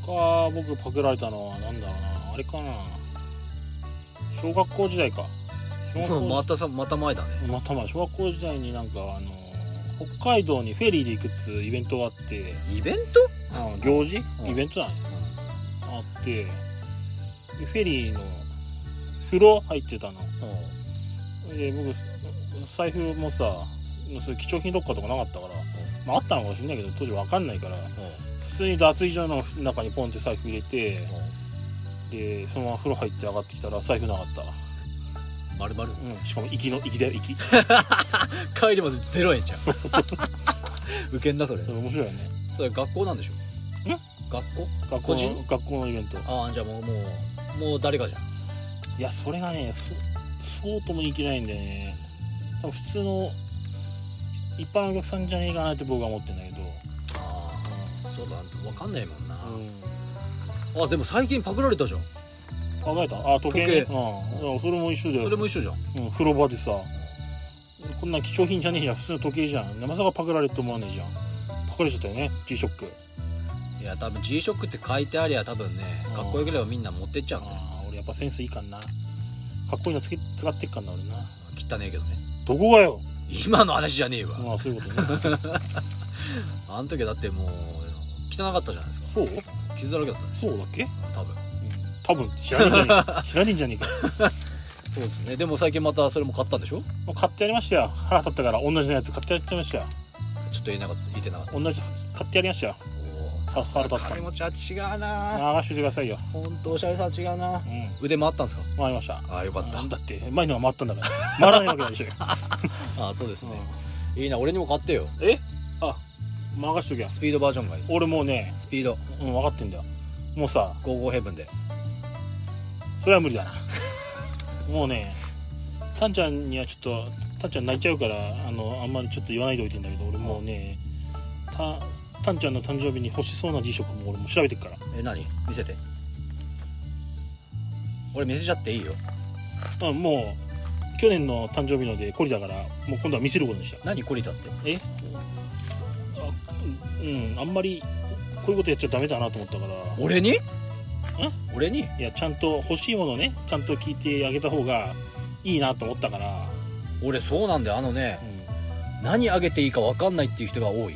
S1: 他僕パクられたのはなんだろうなあれかな小学校時代か小学
S2: そう
S1: 校
S2: またさまた前だね
S1: またまあ小学校時代になんかあの北海道にフェリーで行くっつうイベントがあって
S2: イベン
S1: うん行事
S2: うん
S1: イベントだねあってでフェリーの風呂入ってたの
S2: ト、う
S1: で僕財布もさそういう貴重品どっかとかなかったから、まあ、あったのかもしれないけど当時わかんないから
S2: ん
S1: 普通に脱衣所の中にポンって財布入れてでそのまま風呂入って上がってきたら財布なかった
S2: まるまる
S1: うんしかも息の息だよ息
S2: [LAUGHS] 帰りまで0円じゃん
S1: そうそうそう
S2: ウケんだそれ
S1: それ面白いよね
S2: それ学校なんでしょ
S1: ん
S2: 学校
S1: 学校
S2: 個
S1: の
S2: 人
S1: 学校のイベント
S2: ああじゃあもうもうもう誰かじゃん
S1: いやそれがねそそうともいけないんだよね多分普通の一般のお客さんじゃねえかなって僕は思ってんだけど
S2: ああそうだ分かんないもんな、
S1: うん
S2: あでも最近パクられたじゃん
S1: 考えたあ時計ね
S2: 時計
S1: うん、それも一緒だ
S2: そ
S1: よ
S2: れも一緒じゃん
S1: うん、風呂場でさこんな貴重品じゃねえじゃん普通の時計じゃんまさかパクられると思わねえじゃんパクられちゃったよね G ショック
S2: いや多分 G ショックって書いてありゃ多分ね
S1: うん
S2: かっこよければみんな持ってっちゃうんだよ
S1: ああ俺やっぱセンスいいかんなかっこいいのつけ使ってっかんな俺な
S2: 汚ねえけどね
S1: どこがよ
S2: 今の話じゃねえわ、
S1: まあそういうことね
S2: あの時はだってもう汚かったじゃないですか
S1: [LAUGHS] そう
S2: 傷だらけだったんです
S1: そうだっけ、うん、
S2: 多分
S1: 多分知らねえんじゃねえ知らねえんじゃねえか、
S2: そうですねでも最近またそれも買ったんでしょ
S1: もう買ってやりましたよ腹立ったから同じのやつ買ってやっちゃいましたよ
S2: ちょっと言えなかった言えてなかった
S1: 同じ買ってやりましたよ
S2: お
S1: さ腹立った
S2: 金持ちは違うな
S1: 流しててくださいよ
S2: 本当おしゃれさん違う
S1: う
S2: な
S1: ん
S2: 腕回ったんですか
S1: 回りました
S2: ああよかった
S1: うんだって前のは回ったんだから回らないわけないでしょ
S2: ああ [LAUGHS] そうですねいいな俺にも買ってよ
S1: えあ回しときゃ
S2: スピードバージョンがいい
S1: 俺もうね、
S2: スピード
S1: うん、分かってんだよもうさ
S2: 55ヘブンで
S1: それは無
S2: [LAUGHS]
S1: 理だなもうねタンちゃんにはちょっとタンちゃん泣いちゃうからあのあんまりちょっと言わないでおいてんだけど俺もうねたタンちゃんの誕生日に欲しそうな G ショックも俺もう調べてっから
S2: え何見せて俺見せちゃっていいよ
S1: うんもう去年の誕生日ので懲りだからもう今度は見せることにした
S2: 何コリタって
S1: えあうんあんまりこういうことやっちゃダメだなと思ったから
S2: 俺に俺に
S1: いやちゃんと欲しいものねちゃんと聞いてあげた方がいいなと思ったから、
S2: 俺そうなんだよあのね
S1: う
S2: 何あげていいか分かんないっていう人が多い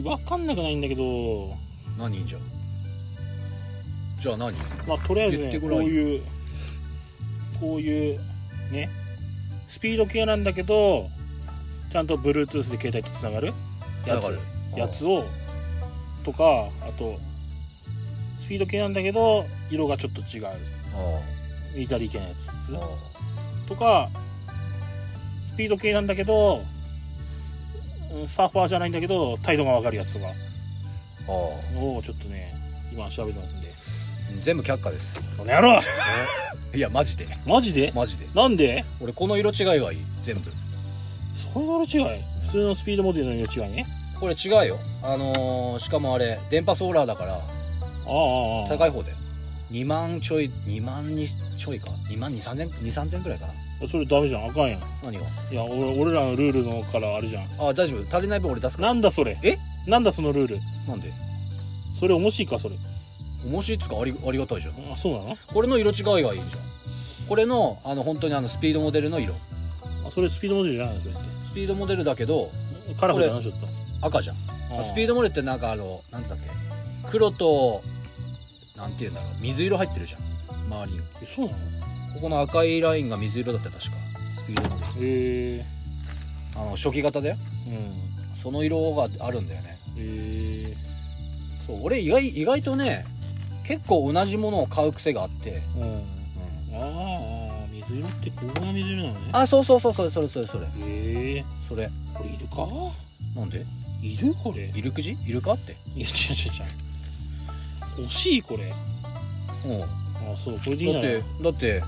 S1: ん、分かんなくないんだけど
S2: 何人じゃじゃあ何
S1: まあとりあえず
S2: 言って
S1: ね
S2: ご
S1: こ
S2: らん
S1: ういうこういうねスピード系なんだけどちゃんと Bluetooth で携帯とつながるや
S2: 繋がる
S1: つやつをとかあとスピード系なんだけど色がちょっと違う
S2: ああ
S1: イタリア系のや
S2: ああ
S1: つとかスピード系なんだけどうんサーファーじゃないんだけど態度が分かるやつとか
S2: ああ
S1: をちょっとね今調べてますんで
S2: 全部却下です
S1: この野郎
S2: [LAUGHS] いやマジで
S1: マジで
S2: マジで
S1: なんで
S2: 俺この色違いがいい全部
S1: そういう色違い普通のスピードモデルの色違いね
S2: これ違うよあのーしかもあれ電波ソーラーだから
S1: ああああ
S2: 高い方だよ2万ちょい2万にちょいか2万2 3千2 3千くらいかな
S1: それダメじゃんあかんやんい
S2: 何が
S1: や俺俺らのルールのからあれじゃん
S2: あ大丈夫足りない分俺出すから
S1: なんだそれ
S2: え
S1: なんだそのルール
S2: なんで
S1: それ面白いかそれ
S2: 面白いっつうかありありがたいじゃん
S1: あそうなの
S2: これの色違いがいいじゃんこれのあの本当にあのスピードモデルの色
S1: あそれスピードモデルじゃないの別に
S2: スピードモデルだけど
S1: カラフルだなちょっ
S2: 赤じゃん
S1: とあ
S2: スピードモデルってなんかあのなんつったっけ黒となんて言うんだろう水色入ってるじゃん周りに
S1: えそうなの
S2: ここの赤いラインが水色だったよ確かスピードモデル
S1: へえ
S2: あの初期型だよ
S1: うん
S2: その色があるんだよね
S1: へえ
S2: そう俺意外意外とね結構同じものを買う癖があって、
S1: うんああああ水色ってこんな水色なのね
S2: あそうそうそうそれそれそれそれ
S1: へえ
S2: それ
S1: これいるか
S2: なんで
S1: いるこれいや
S2: イルクジイルカって
S1: 違う違う違う欲しいこれ
S2: うんだ
S1: あそうこれでいいな
S2: っ
S1: ら
S2: てだって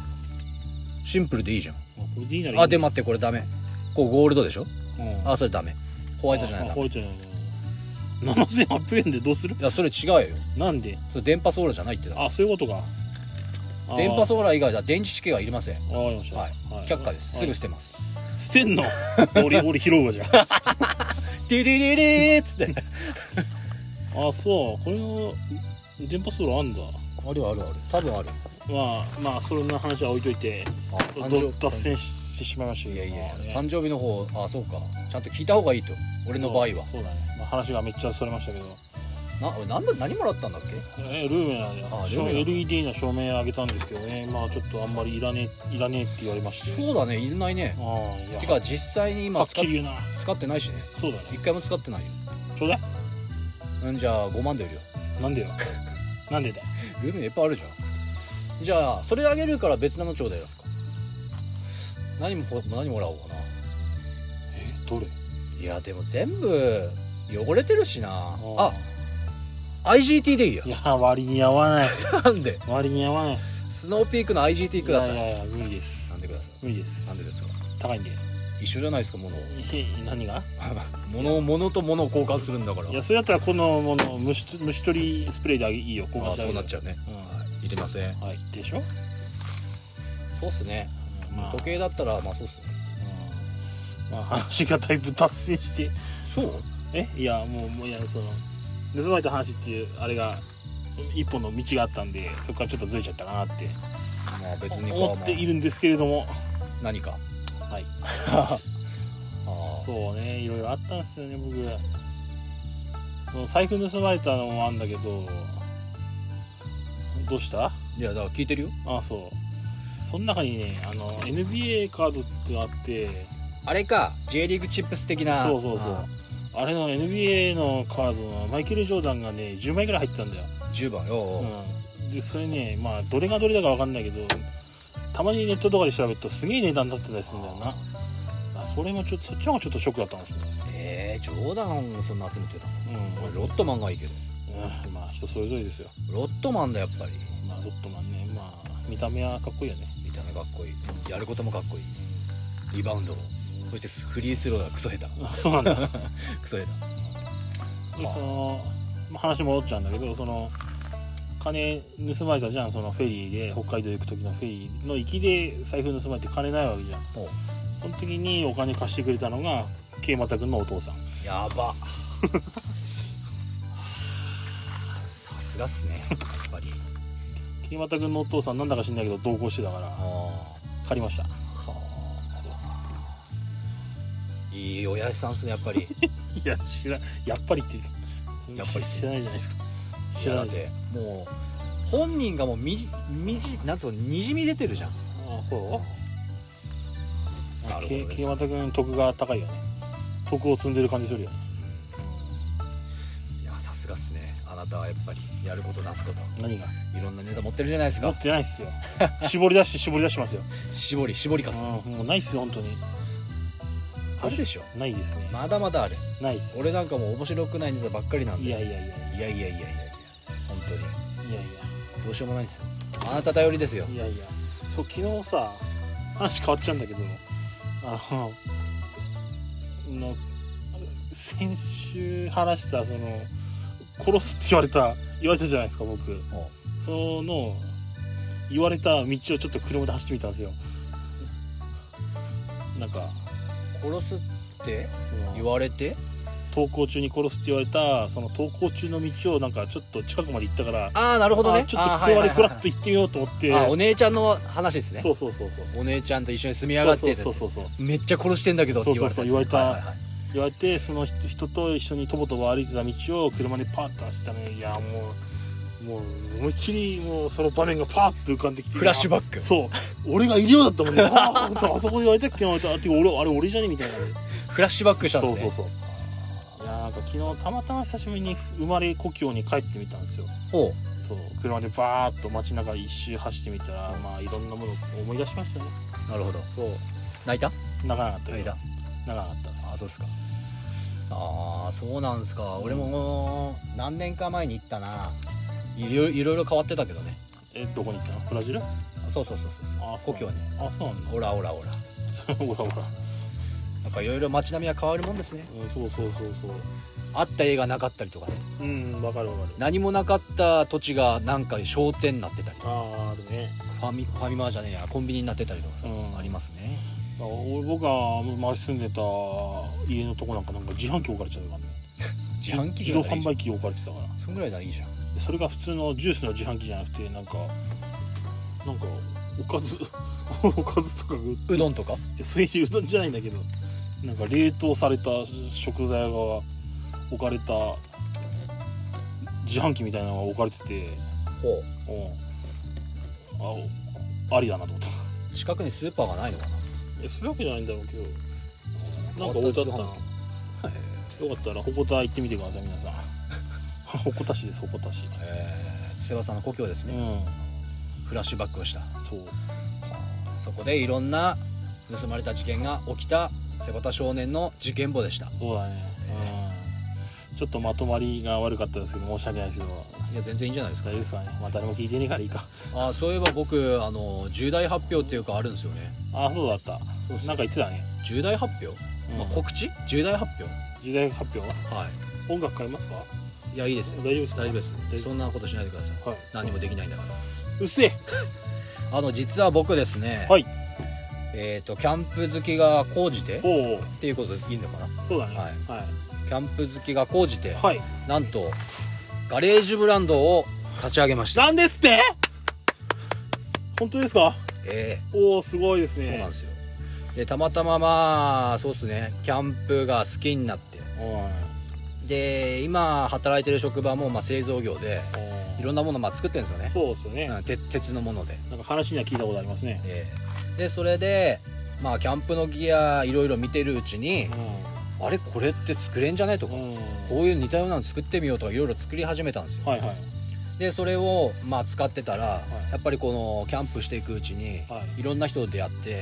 S2: シンプルでいいじゃん
S1: あこれでいいならいい
S2: あで待ってこれダメこうゴールドでしょ
S1: うん
S2: あそれダメホワイトじゃない
S1: あ
S2: な
S1: ホ
S2: い
S1: ワイトじゃないな7800円でどうする
S2: やそれ違うよ
S1: なんで
S2: それ電波ソーラーじゃないってだ
S1: あそういうことかあー
S2: 電波ソーラー以外では電池式はいりません
S1: あわかりました
S2: はい却下ですすぐ
S1: 捨
S2: 捨てます
S1: てんの
S2: [LAUGHS]
S1: 俺俺拾うわじゃあ
S2: ディリリリーっつって
S1: あそうこれの電波ソーラーあんだ
S2: あるあるある多分ある
S1: まあまあそんな話は置いといて
S2: あ
S1: ど
S2: 誕生
S1: 脱線ししてしまいました
S2: い
S1: け
S2: や
S1: ど
S2: いや
S1: まあね
S2: 誕生日の方あそうかちゃんと聞いた方がいいと俺の場合は
S1: そうだね、まあ、話がめっちゃそれましたけど
S2: な俺何だ何もらったんだっけ
S1: えルーメラで
S2: あ
S1: 照
S2: ルーメラ
S1: LED の照明あげたんですけどねまあちょっとあんまりいらねえいらねえって言われまして
S2: そうだねいないね
S1: ああいや
S2: てか実際に
S1: は
S2: 今
S1: っ
S2: 使
S1: き
S2: っ
S1: り言うな
S2: 使ってないしね
S1: そうだ
S2: 一
S1: ね
S2: 回も使ってないよ
S1: ちょうだい
S2: うんじゃあ5万で売るよ
S1: なんで
S2: [LAUGHS]
S1: よなんでだよ
S2: ルームいっぱいあるじゃんじゃあそれあげるから別なのちょうだいよ何もこ何もらおうかな
S1: えどれ
S2: いやでも全部汚れてるしなあ
S1: あ
S2: IGT でいいや
S1: いや割に合わない
S2: なんで
S1: 割に合わない
S2: スノーピークの IGT ください
S1: いやいやいや無理です
S2: なんでください
S1: 無理です
S2: なんでですか
S1: 高いんで
S2: 一緒じゃないですか物を [LAUGHS]
S1: え何が
S2: 物を物と物を交換するんだから
S1: いやそれだったらこのもの虫虫取りスプレーであげいいよ交
S2: あ
S1: 換
S2: あ
S1: してあ
S2: そう
S1: げる
S2: なっちゃうね、
S1: うん
S2: はい、いりません
S1: はいでしょ、
S2: そうっすね
S1: うんまあ、
S2: 時計だったらまあそうっすね
S1: うんまあ話がだいぶ達成して
S2: そう
S1: えいやもうもういやその盗まれた話っていうあれが一本の道があったんでそこからちょっとずれちゃったかなって
S2: まあ別にこう
S1: 思っているんですけれども
S2: まあ何か [LAUGHS]
S1: はい
S2: ああ
S1: そうねいろいろあったんですよね僕その財布盗まれたのもあんだけどどうした
S2: いやだから聞いてるよ
S1: あそうその中にねあの NBA カードってあって
S2: あれか J リーグチップス的な
S1: そうそうそう
S2: あ
S1: あれの NBA のカードのマイケル・ジョーダンがね10枚ぐらい入ってたんだよ、
S2: あ10番よ、おうおう
S1: うん、でそれねまあどれがどれだか分かんないけどたまにネットとかで調べるとすげえ値段だってたりするんだよなあそれもちょっとそっちの方がちょっとショックだったかもしれないです
S2: えー、冗談そんな集めてたの
S1: うん
S2: 俺ロットマンがいいけど
S1: うんまあ人それぞれですよ
S2: ロットマンだやっぱり
S1: まあロットマンねまあ見た目はかっこいいよね [LAUGHS]
S2: 見た目かっこいいやることもかっこいいリバウンドもそしてフリースローがクソ下手
S1: あそうなんだで
S2: クソ下
S1: そ
S2: 手
S1: の、まあ、話戻っちゃうんだけどその金盗まれたじゃんそのフェリーで北海道行く時のフェリーの行きで財布盗まれて金ないわけじゃん
S2: おう
S1: その時にお金貸してく
S2: [LAUGHS]
S1: れたのが桂又君のお父さん
S2: やばすがっすねやっぱり
S1: 木俣君のお父さんなんだか知んないけど同行してたから
S2: ああ
S1: 借りました
S2: はあいい親父さんっすねやっぱり
S1: いや知らやっぱりって
S2: やっぱり
S1: 知らないじゃないですか
S2: いやだってもう本人がもうみじみじなんつうのにじみ出てるじゃん
S1: あそう
S2: なるほ
S1: け
S2: どです
S1: 木俣君徳が高いよね徳を積んでる感じするよね
S2: いやさすがっすねあなたはやっぱりやることなすこと
S1: 何が
S2: いろんなネタ持ってるじゃないです
S1: 持
S2: か
S1: ってないっす
S2: [LAUGHS]
S1: よ絞り出して絞り出してますよ、
S2: 絞り絞りかす
S1: うん、もうないっすよ本当に
S2: あるでしょ
S1: ないですね、
S2: まだまだある
S1: ないっす
S2: 俺なんかもう面白くないネタばっかりなんで
S1: いやいやいやいやい
S2: いやいやいやいや本当に
S1: や
S2: どうしようもないんですよあなた頼りですよ
S1: いやいやいやそう昨日さ話変わっちゃうんだけどあのの先週話したその殺すって言われた言われたじゃないですか僕
S2: も
S1: その言われた道をちょっと車で走ってみたんですよなんか
S2: う殺すって
S1: その
S2: 言われて
S1: 登校中に殺すって言われたその登校中の道をなんかちょっと近くまで行ったから
S2: ああなるほどね
S1: あちょっと
S2: あー
S1: こ
S2: はい
S1: れ
S2: は
S1: で
S2: いはい
S1: クラッと行ってみようと思って、
S2: あお姉ちゃんの話ですね
S1: そうそうそうそう
S2: お姉ちゃんと一緒に住み上がって
S1: そうそうそうそう
S2: めっちゃ殺してんだけどって言われたやつ
S1: そうそうそう言われた
S2: はいはいはい
S1: 言われてその人人と一緒にとぼとぼ歩いてた道を車でパーッと走ったねいやもうもう思いっきりもうその場面がパーッと浮かんできて
S2: フラッシュ
S1: バッ
S2: バック
S1: そう俺がいるようだったもんねああ本当あそこで言われたっけ言われたあてか俺あれ俺じゃね
S2: [LAUGHS]
S1: みたいな、
S2: [LAUGHS] フラッシュバックしたんで
S1: そ
S2: す
S1: う
S2: ね
S1: そうそういやーなんか昨日たまたま久しぶりに生まれ故郷に帰ってみたんですよ
S2: おう
S1: そう車でバーッと街中一周走ってみたらまあいろんなものを思い出しましたね
S2: なるほど
S1: そう
S2: 泣いた
S1: 長かった
S2: 泣
S1: け
S2: い
S1: ど
S2: た
S1: 長かったです
S2: ああそうですかああそうなんですか俺も何年か前に行ったないろいろいろ変わってたけどね
S1: えどこに行ったのブラジルあ
S2: そうそうそうそう
S1: あ
S2: そう故郷に
S1: そうなんだ [LAUGHS]
S2: オラオラオラ
S1: ほらほら、
S2: なんかいろいろ街並みは変わるもんですね
S1: うん、そうそうそうそ
S2: あった映画なかったりとかね
S1: ううんわかるわかる
S2: 何もなかった土地がなんか商店になってたり
S1: あああるね、
S2: ファミファミマじゃねえやコンビニになってたりとかさ
S1: うん
S2: ありますね
S1: だから俺僕が前住んでた家のとこなんかなんか自販機置かれちゃうからね
S2: 自販機
S1: 自
S2: ぐ
S1: 動
S2: らいなら
S1: 販
S2: いいじゃん
S1: 売機置かれてたから
S2: そんぐらいならいいじゃん
S1: でそれが普通のジュースの自販機じゃなくてなんかなんかおかず [LAUGHS] おかずとかが売っ
S2: うどんとか
S1: て水中うどんじゃないんだけどなんか冷凍された食材が置かれた自販機みたいなのが置かれてて
S2: ほ
S1: うんあおありだなと思った
S2: う近くにスーパーがないのかな
S1: えそういうわけじゃないんだろうけどなんか置いてあったな
S2: 変わ
S1: よかったら鉾田行ってみてください [LAUGHS] 皆さん鉾田市です鉾田市
S2: えー瀬尾さんの故郷です
S1: う
S2: ね、
S1: ん
S2: フラッシュバックをした
S1: そう
S2: そこでいろんな盗まれた事件が起きた瀬端少年の事件簿でした
S1: そうだねうんちょっとまとまりが悪かったですけど申し訳ないですけど
S2: いや全然いいんじゃないです
S1: 大
S2: か
S1: 丈夫ですかねまあ誰も聞いてねえからいいか
S2: あーそういえば僕あの重大発表っていうかあるんですよね
S1: ああそうだった
S2: そうそう
S1: なんか言ってたね、
S2: 重大発表、
S1: うん
S2: まあ、告知重大発表
S1: 時代発表
S2: は
S1: 音楽変えますか
S2: いいやいいですよ
S1: 大丈夫ですか
S2: 大丈夫です
S1: 大丈
S2: そんなことしないでください
S1: 夫はい
S2: 何もできないんだか
S1: うっせえ
S2: らあの実は僕ですね、
S1: はい
S2: えっ、とキャンプ好きが高じてっ
S1: おお
S2: ていうことでいいのかな
S1: そうだね
S2: はい
S1: は
S2: キャンプ好きが高じて
S1: い、はい、
S2: なんとガレージブランドを立ち上げました
S1: なんですって本当ですか
S2: え
S1: おおすごいです
S2: えそうなん
S1: ね
S2: ですよでたまたままあそうっすねキャンプが好きになってで今働いてる職場もまあ製造業で
S1: おー
S2: いろんなものまあ作ってるんですよね、
S1: そうですよね、
S2: うん、鉄鉄のもので、
S1: なんか話には聞いたことありますね
S2: ええでそれでまあキャンプのギアいろいろ見てるうちにあれこれって作れんじゃねと
S1: う
S2: か
S1: ん、
S2: こういう似たようなの作ってみようとかいろいろ作り始めたんですよ
S1: はいはい
S2: でそれをまあ使ってたら、
S1: い
S2: やっぱりこのキャンプしていくうちに、、
S1: はい
S2: ろんな人と出会って
S1: い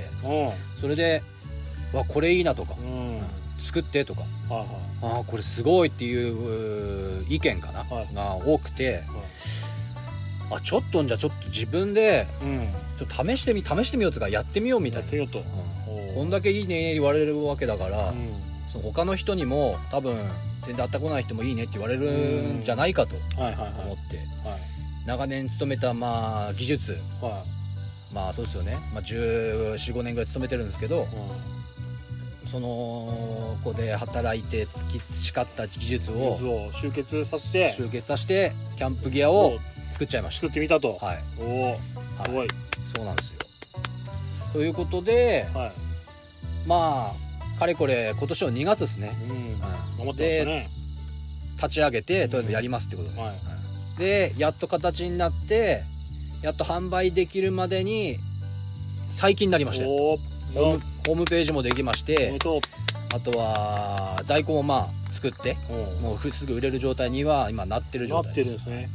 S2: それで「わこれいいな」とか
S1: う、んうんはい
S2: 作って」とか
S1: は
S2: 「ああこれすごい」っていううー意見かな、
S1: はい
S2: が多くて
S1: いは
S2: あちょっとじゃあちょっと自分で
S1: いうん
S2: ちょっと試してみ試してみようとかやってみようみた
S1: やっ
S2: いな、
S1: てみようと
S2: うん
S1: おー
S2: こんだけいいね言われるわけだから、
S1: うん
S2: その他の人にも多分全然会ったこない人もいいねって言われるんじゃないかと
S1: はいはいはい
S2: 思って
S1: はい
S2: 長年勤めたまあ技術
S1: は
S2: まあそうですよね、まあ、1 4 5年ぐらい勤めてるんですけ
S1: い
S2: ど
S1: うん
S2: その子で働いて突き培った技術を
S1: 水を集結させて
S2: 集結させてキャンプギアを作っちゃいまし
S1: 作ってみたと、
S2: たはい
S1: おお
S2: はい
S1: すごい
S2: そうなんですよということで
S1: はい、
S2: まあかれこれ今年の2月ですね
S1: うん、頑張ってました
S2: で
S1: ね
S2: 立ち上げてとりあえずやりますってことで、
S1: はい
S2: うんでやっと形になってやっと販売できるまでに最近になりまして
S1: おお
S2: ホー
S1: お
S2: ムホームページもできまし
S1: めで
S2: て
S1: とう
S2: あとは在庫もまあ作って
S1: うん
S2: もうすぐ売れる状態には今なってる
S1: な
S2: 状
S1: っ
S2: 態
S1: て
S2: で
S1: るん
S2: す
S1: ですね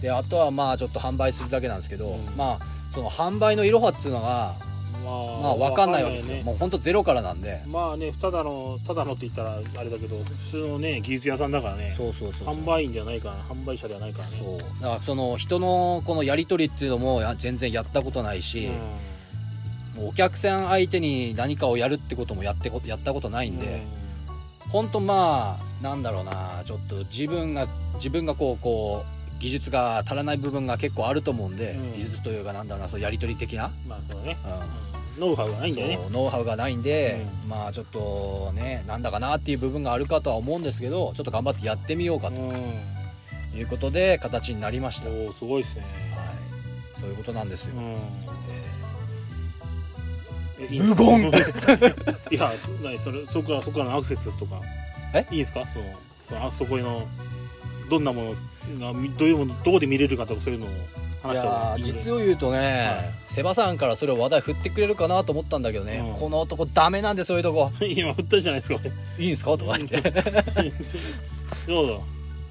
S2: であとはまあちょっと販売するだけなんですけど、
S1: うん
S2: まあその販売のいろはっつうのが
S1: まあ
S2: まあ分かんないわけですよ、
S1: ね
S2: もうほんとゼロからなんで
S1: まあねただのただのって言ったらあれだけど普通のね技術屋さんだからね
S2: そうそうそうそう
S1: 販売員ではないから販売者ではないからね
S2: そうだからその人のこのやり取りっていうのもや全然やったことないし、もうお客さん相手に何かをやるってこともやってこやったことない
S1: うんん
S2: で、ほんとまあなんだろうなちょっと自分が自分がこうこう技術が足らない部分が結構あると思うんで、
S1: うん
S2: 技術というかなんだろうなそのやり取り的な、
S1: まあそうだね、
S2: うん
S1: うんノウハウがないんだよね
S2: そうノウハウがないんで、
S1: う
S2: まあちょっとねなんだかなっていう部分があるかとは思うんですけどちょっと頑張ってやってみようかということで形になりました、
S1: う
S2: はい、
S1: んおーすごいですね、
S2: そういうことなんですよ、
S1: うん、
S2: 無言
S1: [LAUGHS] いやそ何それそこからそこからのアクセスとか
S2: え
S1: いいんですかそのそのあそこへのどんなものがみどういうものどこで見れるかとかそういうのを
S2: い
S1: 話した
S2: や
S1: ら
S2: ー実を言うとね、セバさんからそれを話題振ってくれるかなと思ったんだけどね、
S1: うん
S2: この男ダメなんでそういうとこ
S1: [LAUGHS] 今振ったじゃないですか
S2: [LAUGHS]
S1: 俺
S2: いいんですかとか
S1: [LAUGHS]
S2: 言って
S1: どうぞ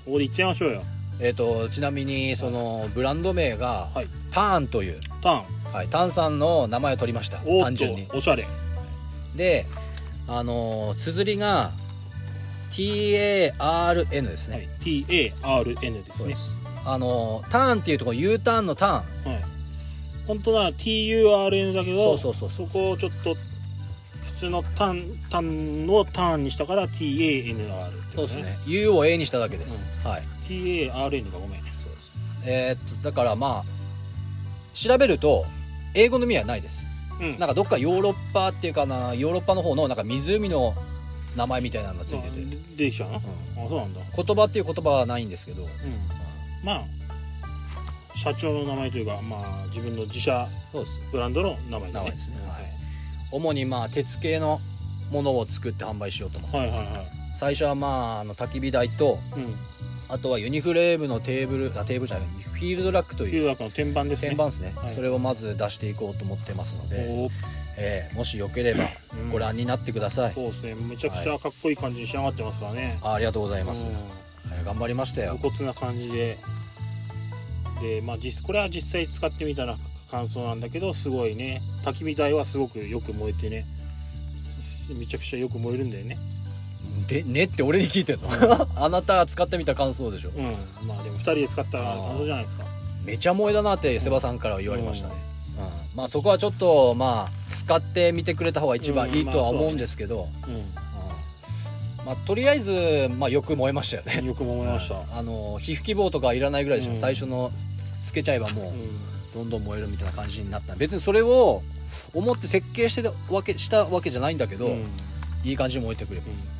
S1: ここで行っちゃいましょうよ
S2: えっとちなみにそのブランド名が、
S1: はい
S2: ターンという、
S1: ターン
S2: はい、タンさんの名前を取りました
S1: お
S2: 単純
S1: ー
S2: に
S1: っとおしゃれ
S2: であのー綴りが TARN ですね、
S1: はい TARN です
S2: そう
S1: ね
S2: ですあのーターンっていうところ U ターンのターン
S1: はい本当な TURN だけど
S2: そうそうそうそう
S1: そこをちょっと普通のタンタンのターンにしたから TANR って
S2: そうですね U を A にしただけです、はい
S1: TARN がごめん
S2: そうですえーっとだからまあ調べると英語の意味はないです
S1: うん
S2: なんかどっかヨーロッパっていうかなヨーロッパの方のなんか湖の名前みたいなのがついてて、うん
S1: あ出てきたのあそうなんだ
S2: 言葉っていう言葉はないんですけど
S1: うんまあ社長の名前というかまあ自分の自社
S2: そうです
S1: ブランドの名前だ
S2: 名
S1: ね
S2: 前ですね
S1: うん
S2: はい主にまあ鉄系のものを作って販売しようと思って
S1: はい
S2: ま
S1: はい
S2: す、
S1: は
S2: 最初はまああの焚き火台と
S1: いうん
S2: あとはユニフレームのテーブルあテーブルじゃないフィールドラックという
S1: 中学の天板ですね
S2: 天板ですね、
S1: はい
S2: それをまず出していこうと思ってますので、
S1: おー
S2: えーもしよければ
S1: うん
S2: ご覧になってください、
S1: そうですねめちゃくちゃかっこいい感じに仕上がってますからね
S2: あありがとうございます、
S1: うん
S2: えー頑張りましたよ
S1: 無骨な感じででまあ実これは実際使ってみたら感想なんだけどすごいね焚き火台はすごくよく燃えてねすめちゃくちゃよく燃えるんだよね
S2: でねって俺に聞いてんのあなた使ってみた感想でしょ
S1: うんまあでも2人で使ったら感想じゃないですか
S2: めちゃ萌えだなってセバさんからは言われましたね、うんまあそこはちょっとまあ使ってみてくれた方が一番いいとは思うんですけど、
S1: う
S2: うんまあ、とりあえず、まあ、よく燃えましたよね
S1: んよく燃えました、うん
S2: あの皮膚希望とかいらないぐらいでしょ、
S1: うん
S2: 最初のつつけちゃえばもうどんどん燃えるみたいな感じになった別にそれを思って設計してたわけしたわけじゃないんだけど、
S1: うん
S2: いい感じに燃えてくれます、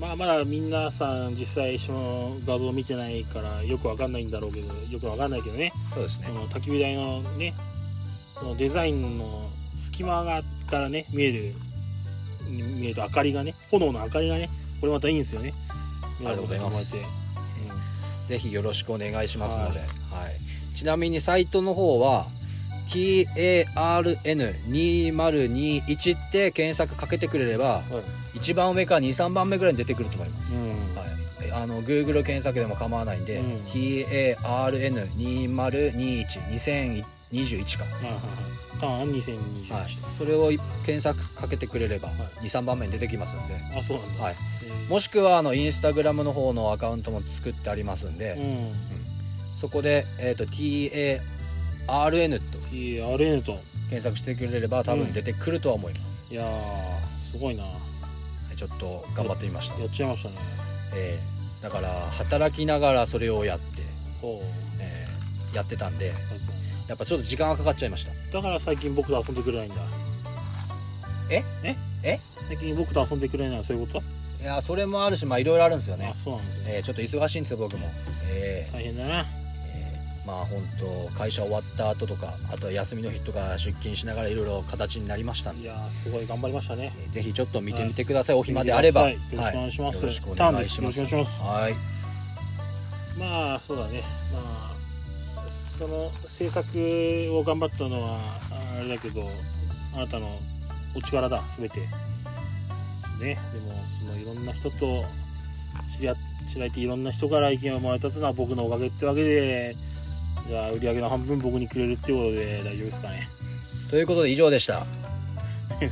S1: まあまだみんなさん実際その画像見てないからよくわかんないんだろうけどよくわかんないけどね
S2: そうですね
S1: その焚き火台のねそのデザインの隙間がからね見える見える明かりがね炎の明かりがねこれまたいいんですよね
S2: りがとうございますぜひよろしくお願いしますので、
S1: は
S2: はいちなみにサイトの方は TARN2021 って検索かけてくれれば
S1: はい
S2: 一番上から23番目ぐらいに出てくると思います、
S1: うん
S2: はい、あの Google 検索でも構わないんで、
S1: うんはいはい
S2: TARN20212021か、
S1: はいターン2021、
S2: はい、それを検索かけてくれれば23番目に出てきますんで、
S1: あそうなんだ、
S2: はい、
S1: えー
S2: もしくはあのインスタグラムの方のアカウントも作ってありますんで、
S1: うん
S2: そこで、えー、と TARN と
S1: TRN と
S2: 検索してくれれば多分出てくるとは思います、
S1: いやーすごいな
S2: はいちょっと頑張ってみました、
S1: やっちゃいましたね
S2: えーだから働きながらそれをやって、
S1: そう
S2: えーやってたんでやっぱちょっと時間がかかっちゃいました
S1: だから最近僕と遊んでくれないんだ
S2: え
S1: え
S2: え
S1: 的に僕と遊んでくれないのはそういうこと
S2: いやそれもあるしまあいろいろあるんですよ
S1: あ
S2: ね、
S1: そうなんだ、
S2: えーちょっと忙しいんですよ僕もえー
S1: 大変だな
S2: えーまあ本当会社終わった後とかあとは休みの日とか出勤しながらいろいろ形になりましたん
S1: い
S2: で
S1: やーすごい頑張りましたね
S2: えーぜひちょっと見てみてください、お暇であれば
S1: 見てくださいよろしくお願いします
S2: よろしくお願いします
S1: ターンですよろしくお願いします
S2: はい
S1: まあそうだねまあその制作を頑張ったのはああれだけどあなたのお力だ全てねでもそのいろんな人と知り合知られていろんな人から意見をもらえたというのは僕のおかげってわけでじゃあ売り上げの半分僕にくれるってことで大丈夫ですかね
S2: ということで以上でした
S1: い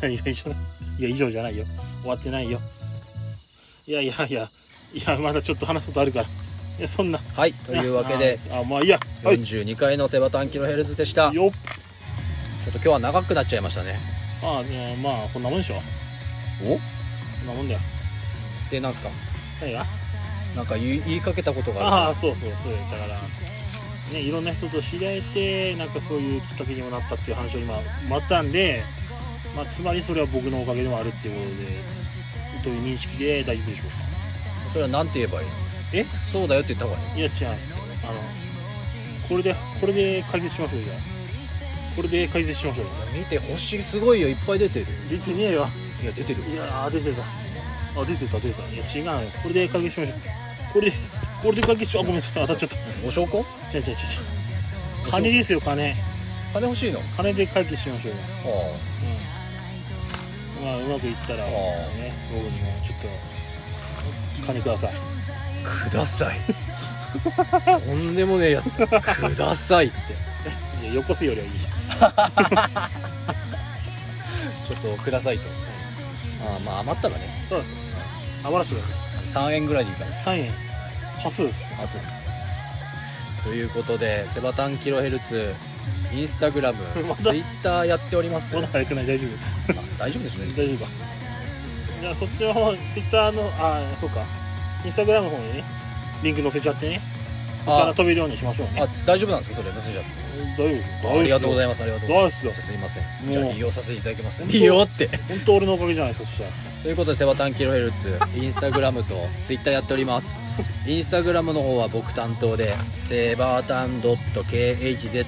S1: や以上いや以上じゃないよ終わってないよいやいやいやいやまだちょっと話すことあるからいやそんな
S2: はいというわけで
S1: あまあいいやはい
S2: 42回のセバタンキロヘルズでしたちょっ
S1: よっ
S2: と今日は長くなっちゃいましたね
S1: まあねまあこんなもんでしょこ
S2: お
S1: んなもんだよ
S2: でなんすか
S1: 何が
S2: なんか言い言いかけたことがある
S1: ああそうそうそうだからねいろんな人と知り合えてなんかそういうきっかけにもなったっていう話を今もらったんで、まあ、つまりそれは僕のおかげでもあるっていうことでという認識で大丈夫でしょうか
S2: それは何て言えばいいの
S1: え
S2: そうだよって言った方がいい
S1: いや違うあのこれでこれで解説しましょうじゃあこれで解説しましょう
S2: 見て星すごいよいっぱい出てる
S1: 出てねえわ
S2: いや出てる
S1: いやー出てたあ出てた出てたいや違うよこれで解決しましょうこれでこれで解決しようあごめんなさい当たっちゃった
S2: お証拠
S1: 違う違う違う違う金ですよ金
S2: 金欲しいのは
S1: 金で解決しましょうよ、
S2: あ
S1: うん、まあうまくいったら
S2: あー
S1: ね僕にもちょっと金ください
S2: く
S1: [LAUGHS]
S2: ださいとんでもねえやつくださいって
S1: いやよこせよりはいいじ
S2: ちょっとくださいとああまあ余ったらね
S1: ゃんそうです余らしてくださ
S2: 3円ぐらいでいいから
S1: い3円パスです
S2: 明日ですねということでセバタンキロヘルツインスタグラム
S1: まだ
S2: ツイッターやっております
S1: まだ早くない大丈夫
S2: あ大丈夫ですね
S1: 大丈夫かじゃあそっちの方ツイッターのあそうかインスタグラムの方にねリンク載せちゃってねそこから
S2: あ
S1: 飛べるようにしましょうね
S2: あ大丈夫なんですかそれ載せちゃっ
S1: 大丈夫です
S2: てありがとうござ
S1: い
S2: いますありがとうござい
S1: 大丈夫で
S2: ま
S1: すよ
S2: すすいませんじゃあ
S1: もう
S2: 利用させていただきます
S1: 本当
S2: 利用って
S1: 本当俺のおかげじゃないそしたら
S2: ということでセバタンキロヘルツインスタグラムとツイッターやっておりますインスタグラムの方は僕担当でセバタン .khz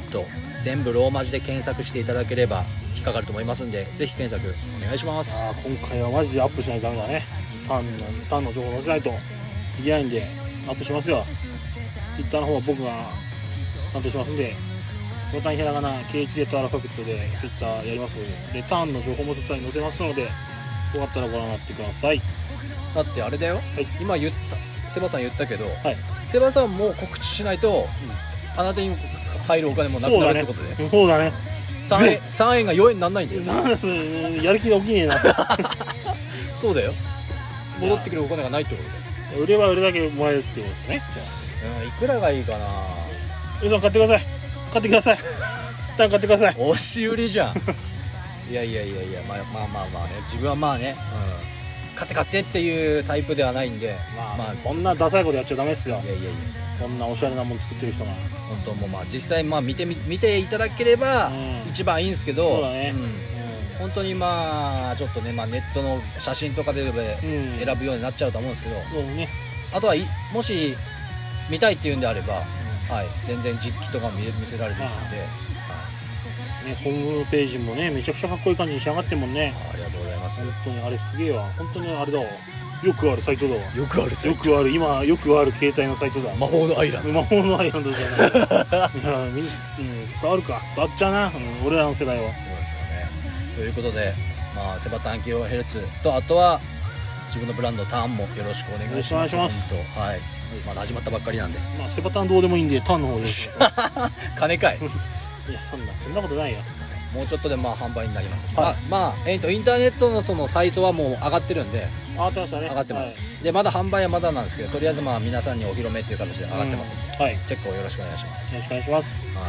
S2: 全部ローマ字で検索していただければ引っかかると思いますんでぜひ検索お願いします
S1: あー今回はマジでアップしないとダメだねタンのタンの情報載せないといけないんでアップしますよツイッターの方は僕が担当しますんでボタンひらがな KHZ アルファベットでツイッターやりますのででターンの情報もそちらに載せますのでよかったらご覧になってください
S2: だってあれだよ
S1: はい
S2: 今言っセバさん言ったけど
S1: はい
S2: セバさんも告知しないと、あなたに入るお金もなく
S1: そう
S2: な
S1: だ
S2: る
S1: ね
S2: ってことで、
S1: そうだね
S2: 3円3円が4円にならないんだよ
S1: なんすやる気が起きねえな
S2: そうだよ戻ってくるお金がないってこと
S1: 売れば売れだけもらえるってことですねじゃあ
S2: だよ、うん、いくらがいいかな
S1: 皆さん買ってください買ってくださいタン買ってください
S2: 押し売りじゃんいやいやいやいやまあまあまあまあね自分はまあね、うん、買って買ってっていうタイプではないんでまあ、まあ、い
S1: そんなダサいことやっちゃダメっすよ
S2: やいやいや
S1: そんなおしゃれなもん作ってる人が
S2: 本当もうまあ実際まあ見てみ見ていただければ
S1: うん
S2: 一番いいんですけど、
S1: そうだね
S2: ん本当にまあちょっとね、まあ、ネットの写真とかで
S1: うん
S2: 選ぶようになっちゃうと思うんですけど、
S1: そうね
S2: あとはいもし見たいっていうんであれば、はい、全然実機とかも見れ見せられるので、
S1: あ
S2: はい
S1: ねホームページもねめちゃくちゃかっこいい感じに仕上がってるもんね
S2: ありがとうございます
S1: 本
S2: よ
S1: 当にあれすげえわ本当にあれだわよくあるサイトだわよ
S2: くあるすよ
S1: くある今よくある携帯のサイトだ
S2: 魔法のアイランド
S1: 魔法のアイランドじゃない [LAUGHS] いやみんな、うん、伝わるか伝わっちゃうな、うん俺らの世代は
S2: そうですよねということで、まあ、セバタンキロヘルツとあとは自分のブランドターンもよろしくお願いします
S1: よろしくお願いします
S2: 本当はい、まだ始まったばっかりなんで
S1: まあセバタンどうでもいいんでタンの
S2: [LAUGHS]
S1: 方でい
S2: 金かい
S1: やそんなそんなことないよ
S2: もうちょっとでまあ販売になります、
S1: はい
S2: まあ、まあえーとインターネットのそのサイトはもう上がってるんで
S1: 上がってましたね
S2: 上がってます、でまだ販売はまだなんですけどとりあえずまあ皆さんにお披露目っていう形で上
S1: はい
S2: がってますんで、
S1: うんはいよ
S2: チェックをよろしくお願いします
S1: ろしくお願いします
S2: はい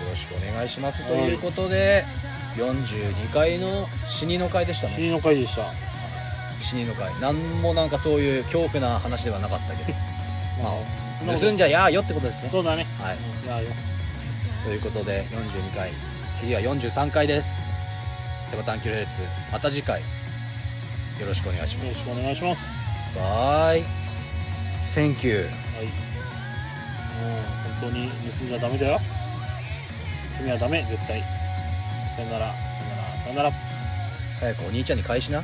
S2: よろしくお願いしますと
S1: はい
S2: いうことで42回の死にの会でしたね
S1: 死の会でした
S2: 死にの会なんもなんかそういう恐怖な話 [LAUGHS] ではなかったけどま
S1: ま
S2: あ
S1: あ
S2: 盗んじゃやーよってことですね
S1: そうだね
S2: はい
S1: いやよ
S2: ということで42回次は43回ですセバタンキロヘルツまた次回よろしくお願いし
S1: よ
S2: ま
S1: ろ
S2: す
S1: しくお願いします
S2: バイセンキュー
S1: はいもう本当に盗んじゃダメだよ罪はダメ絶対さよならさよならさよなら
S2: 早くお兄ちゃんに返しな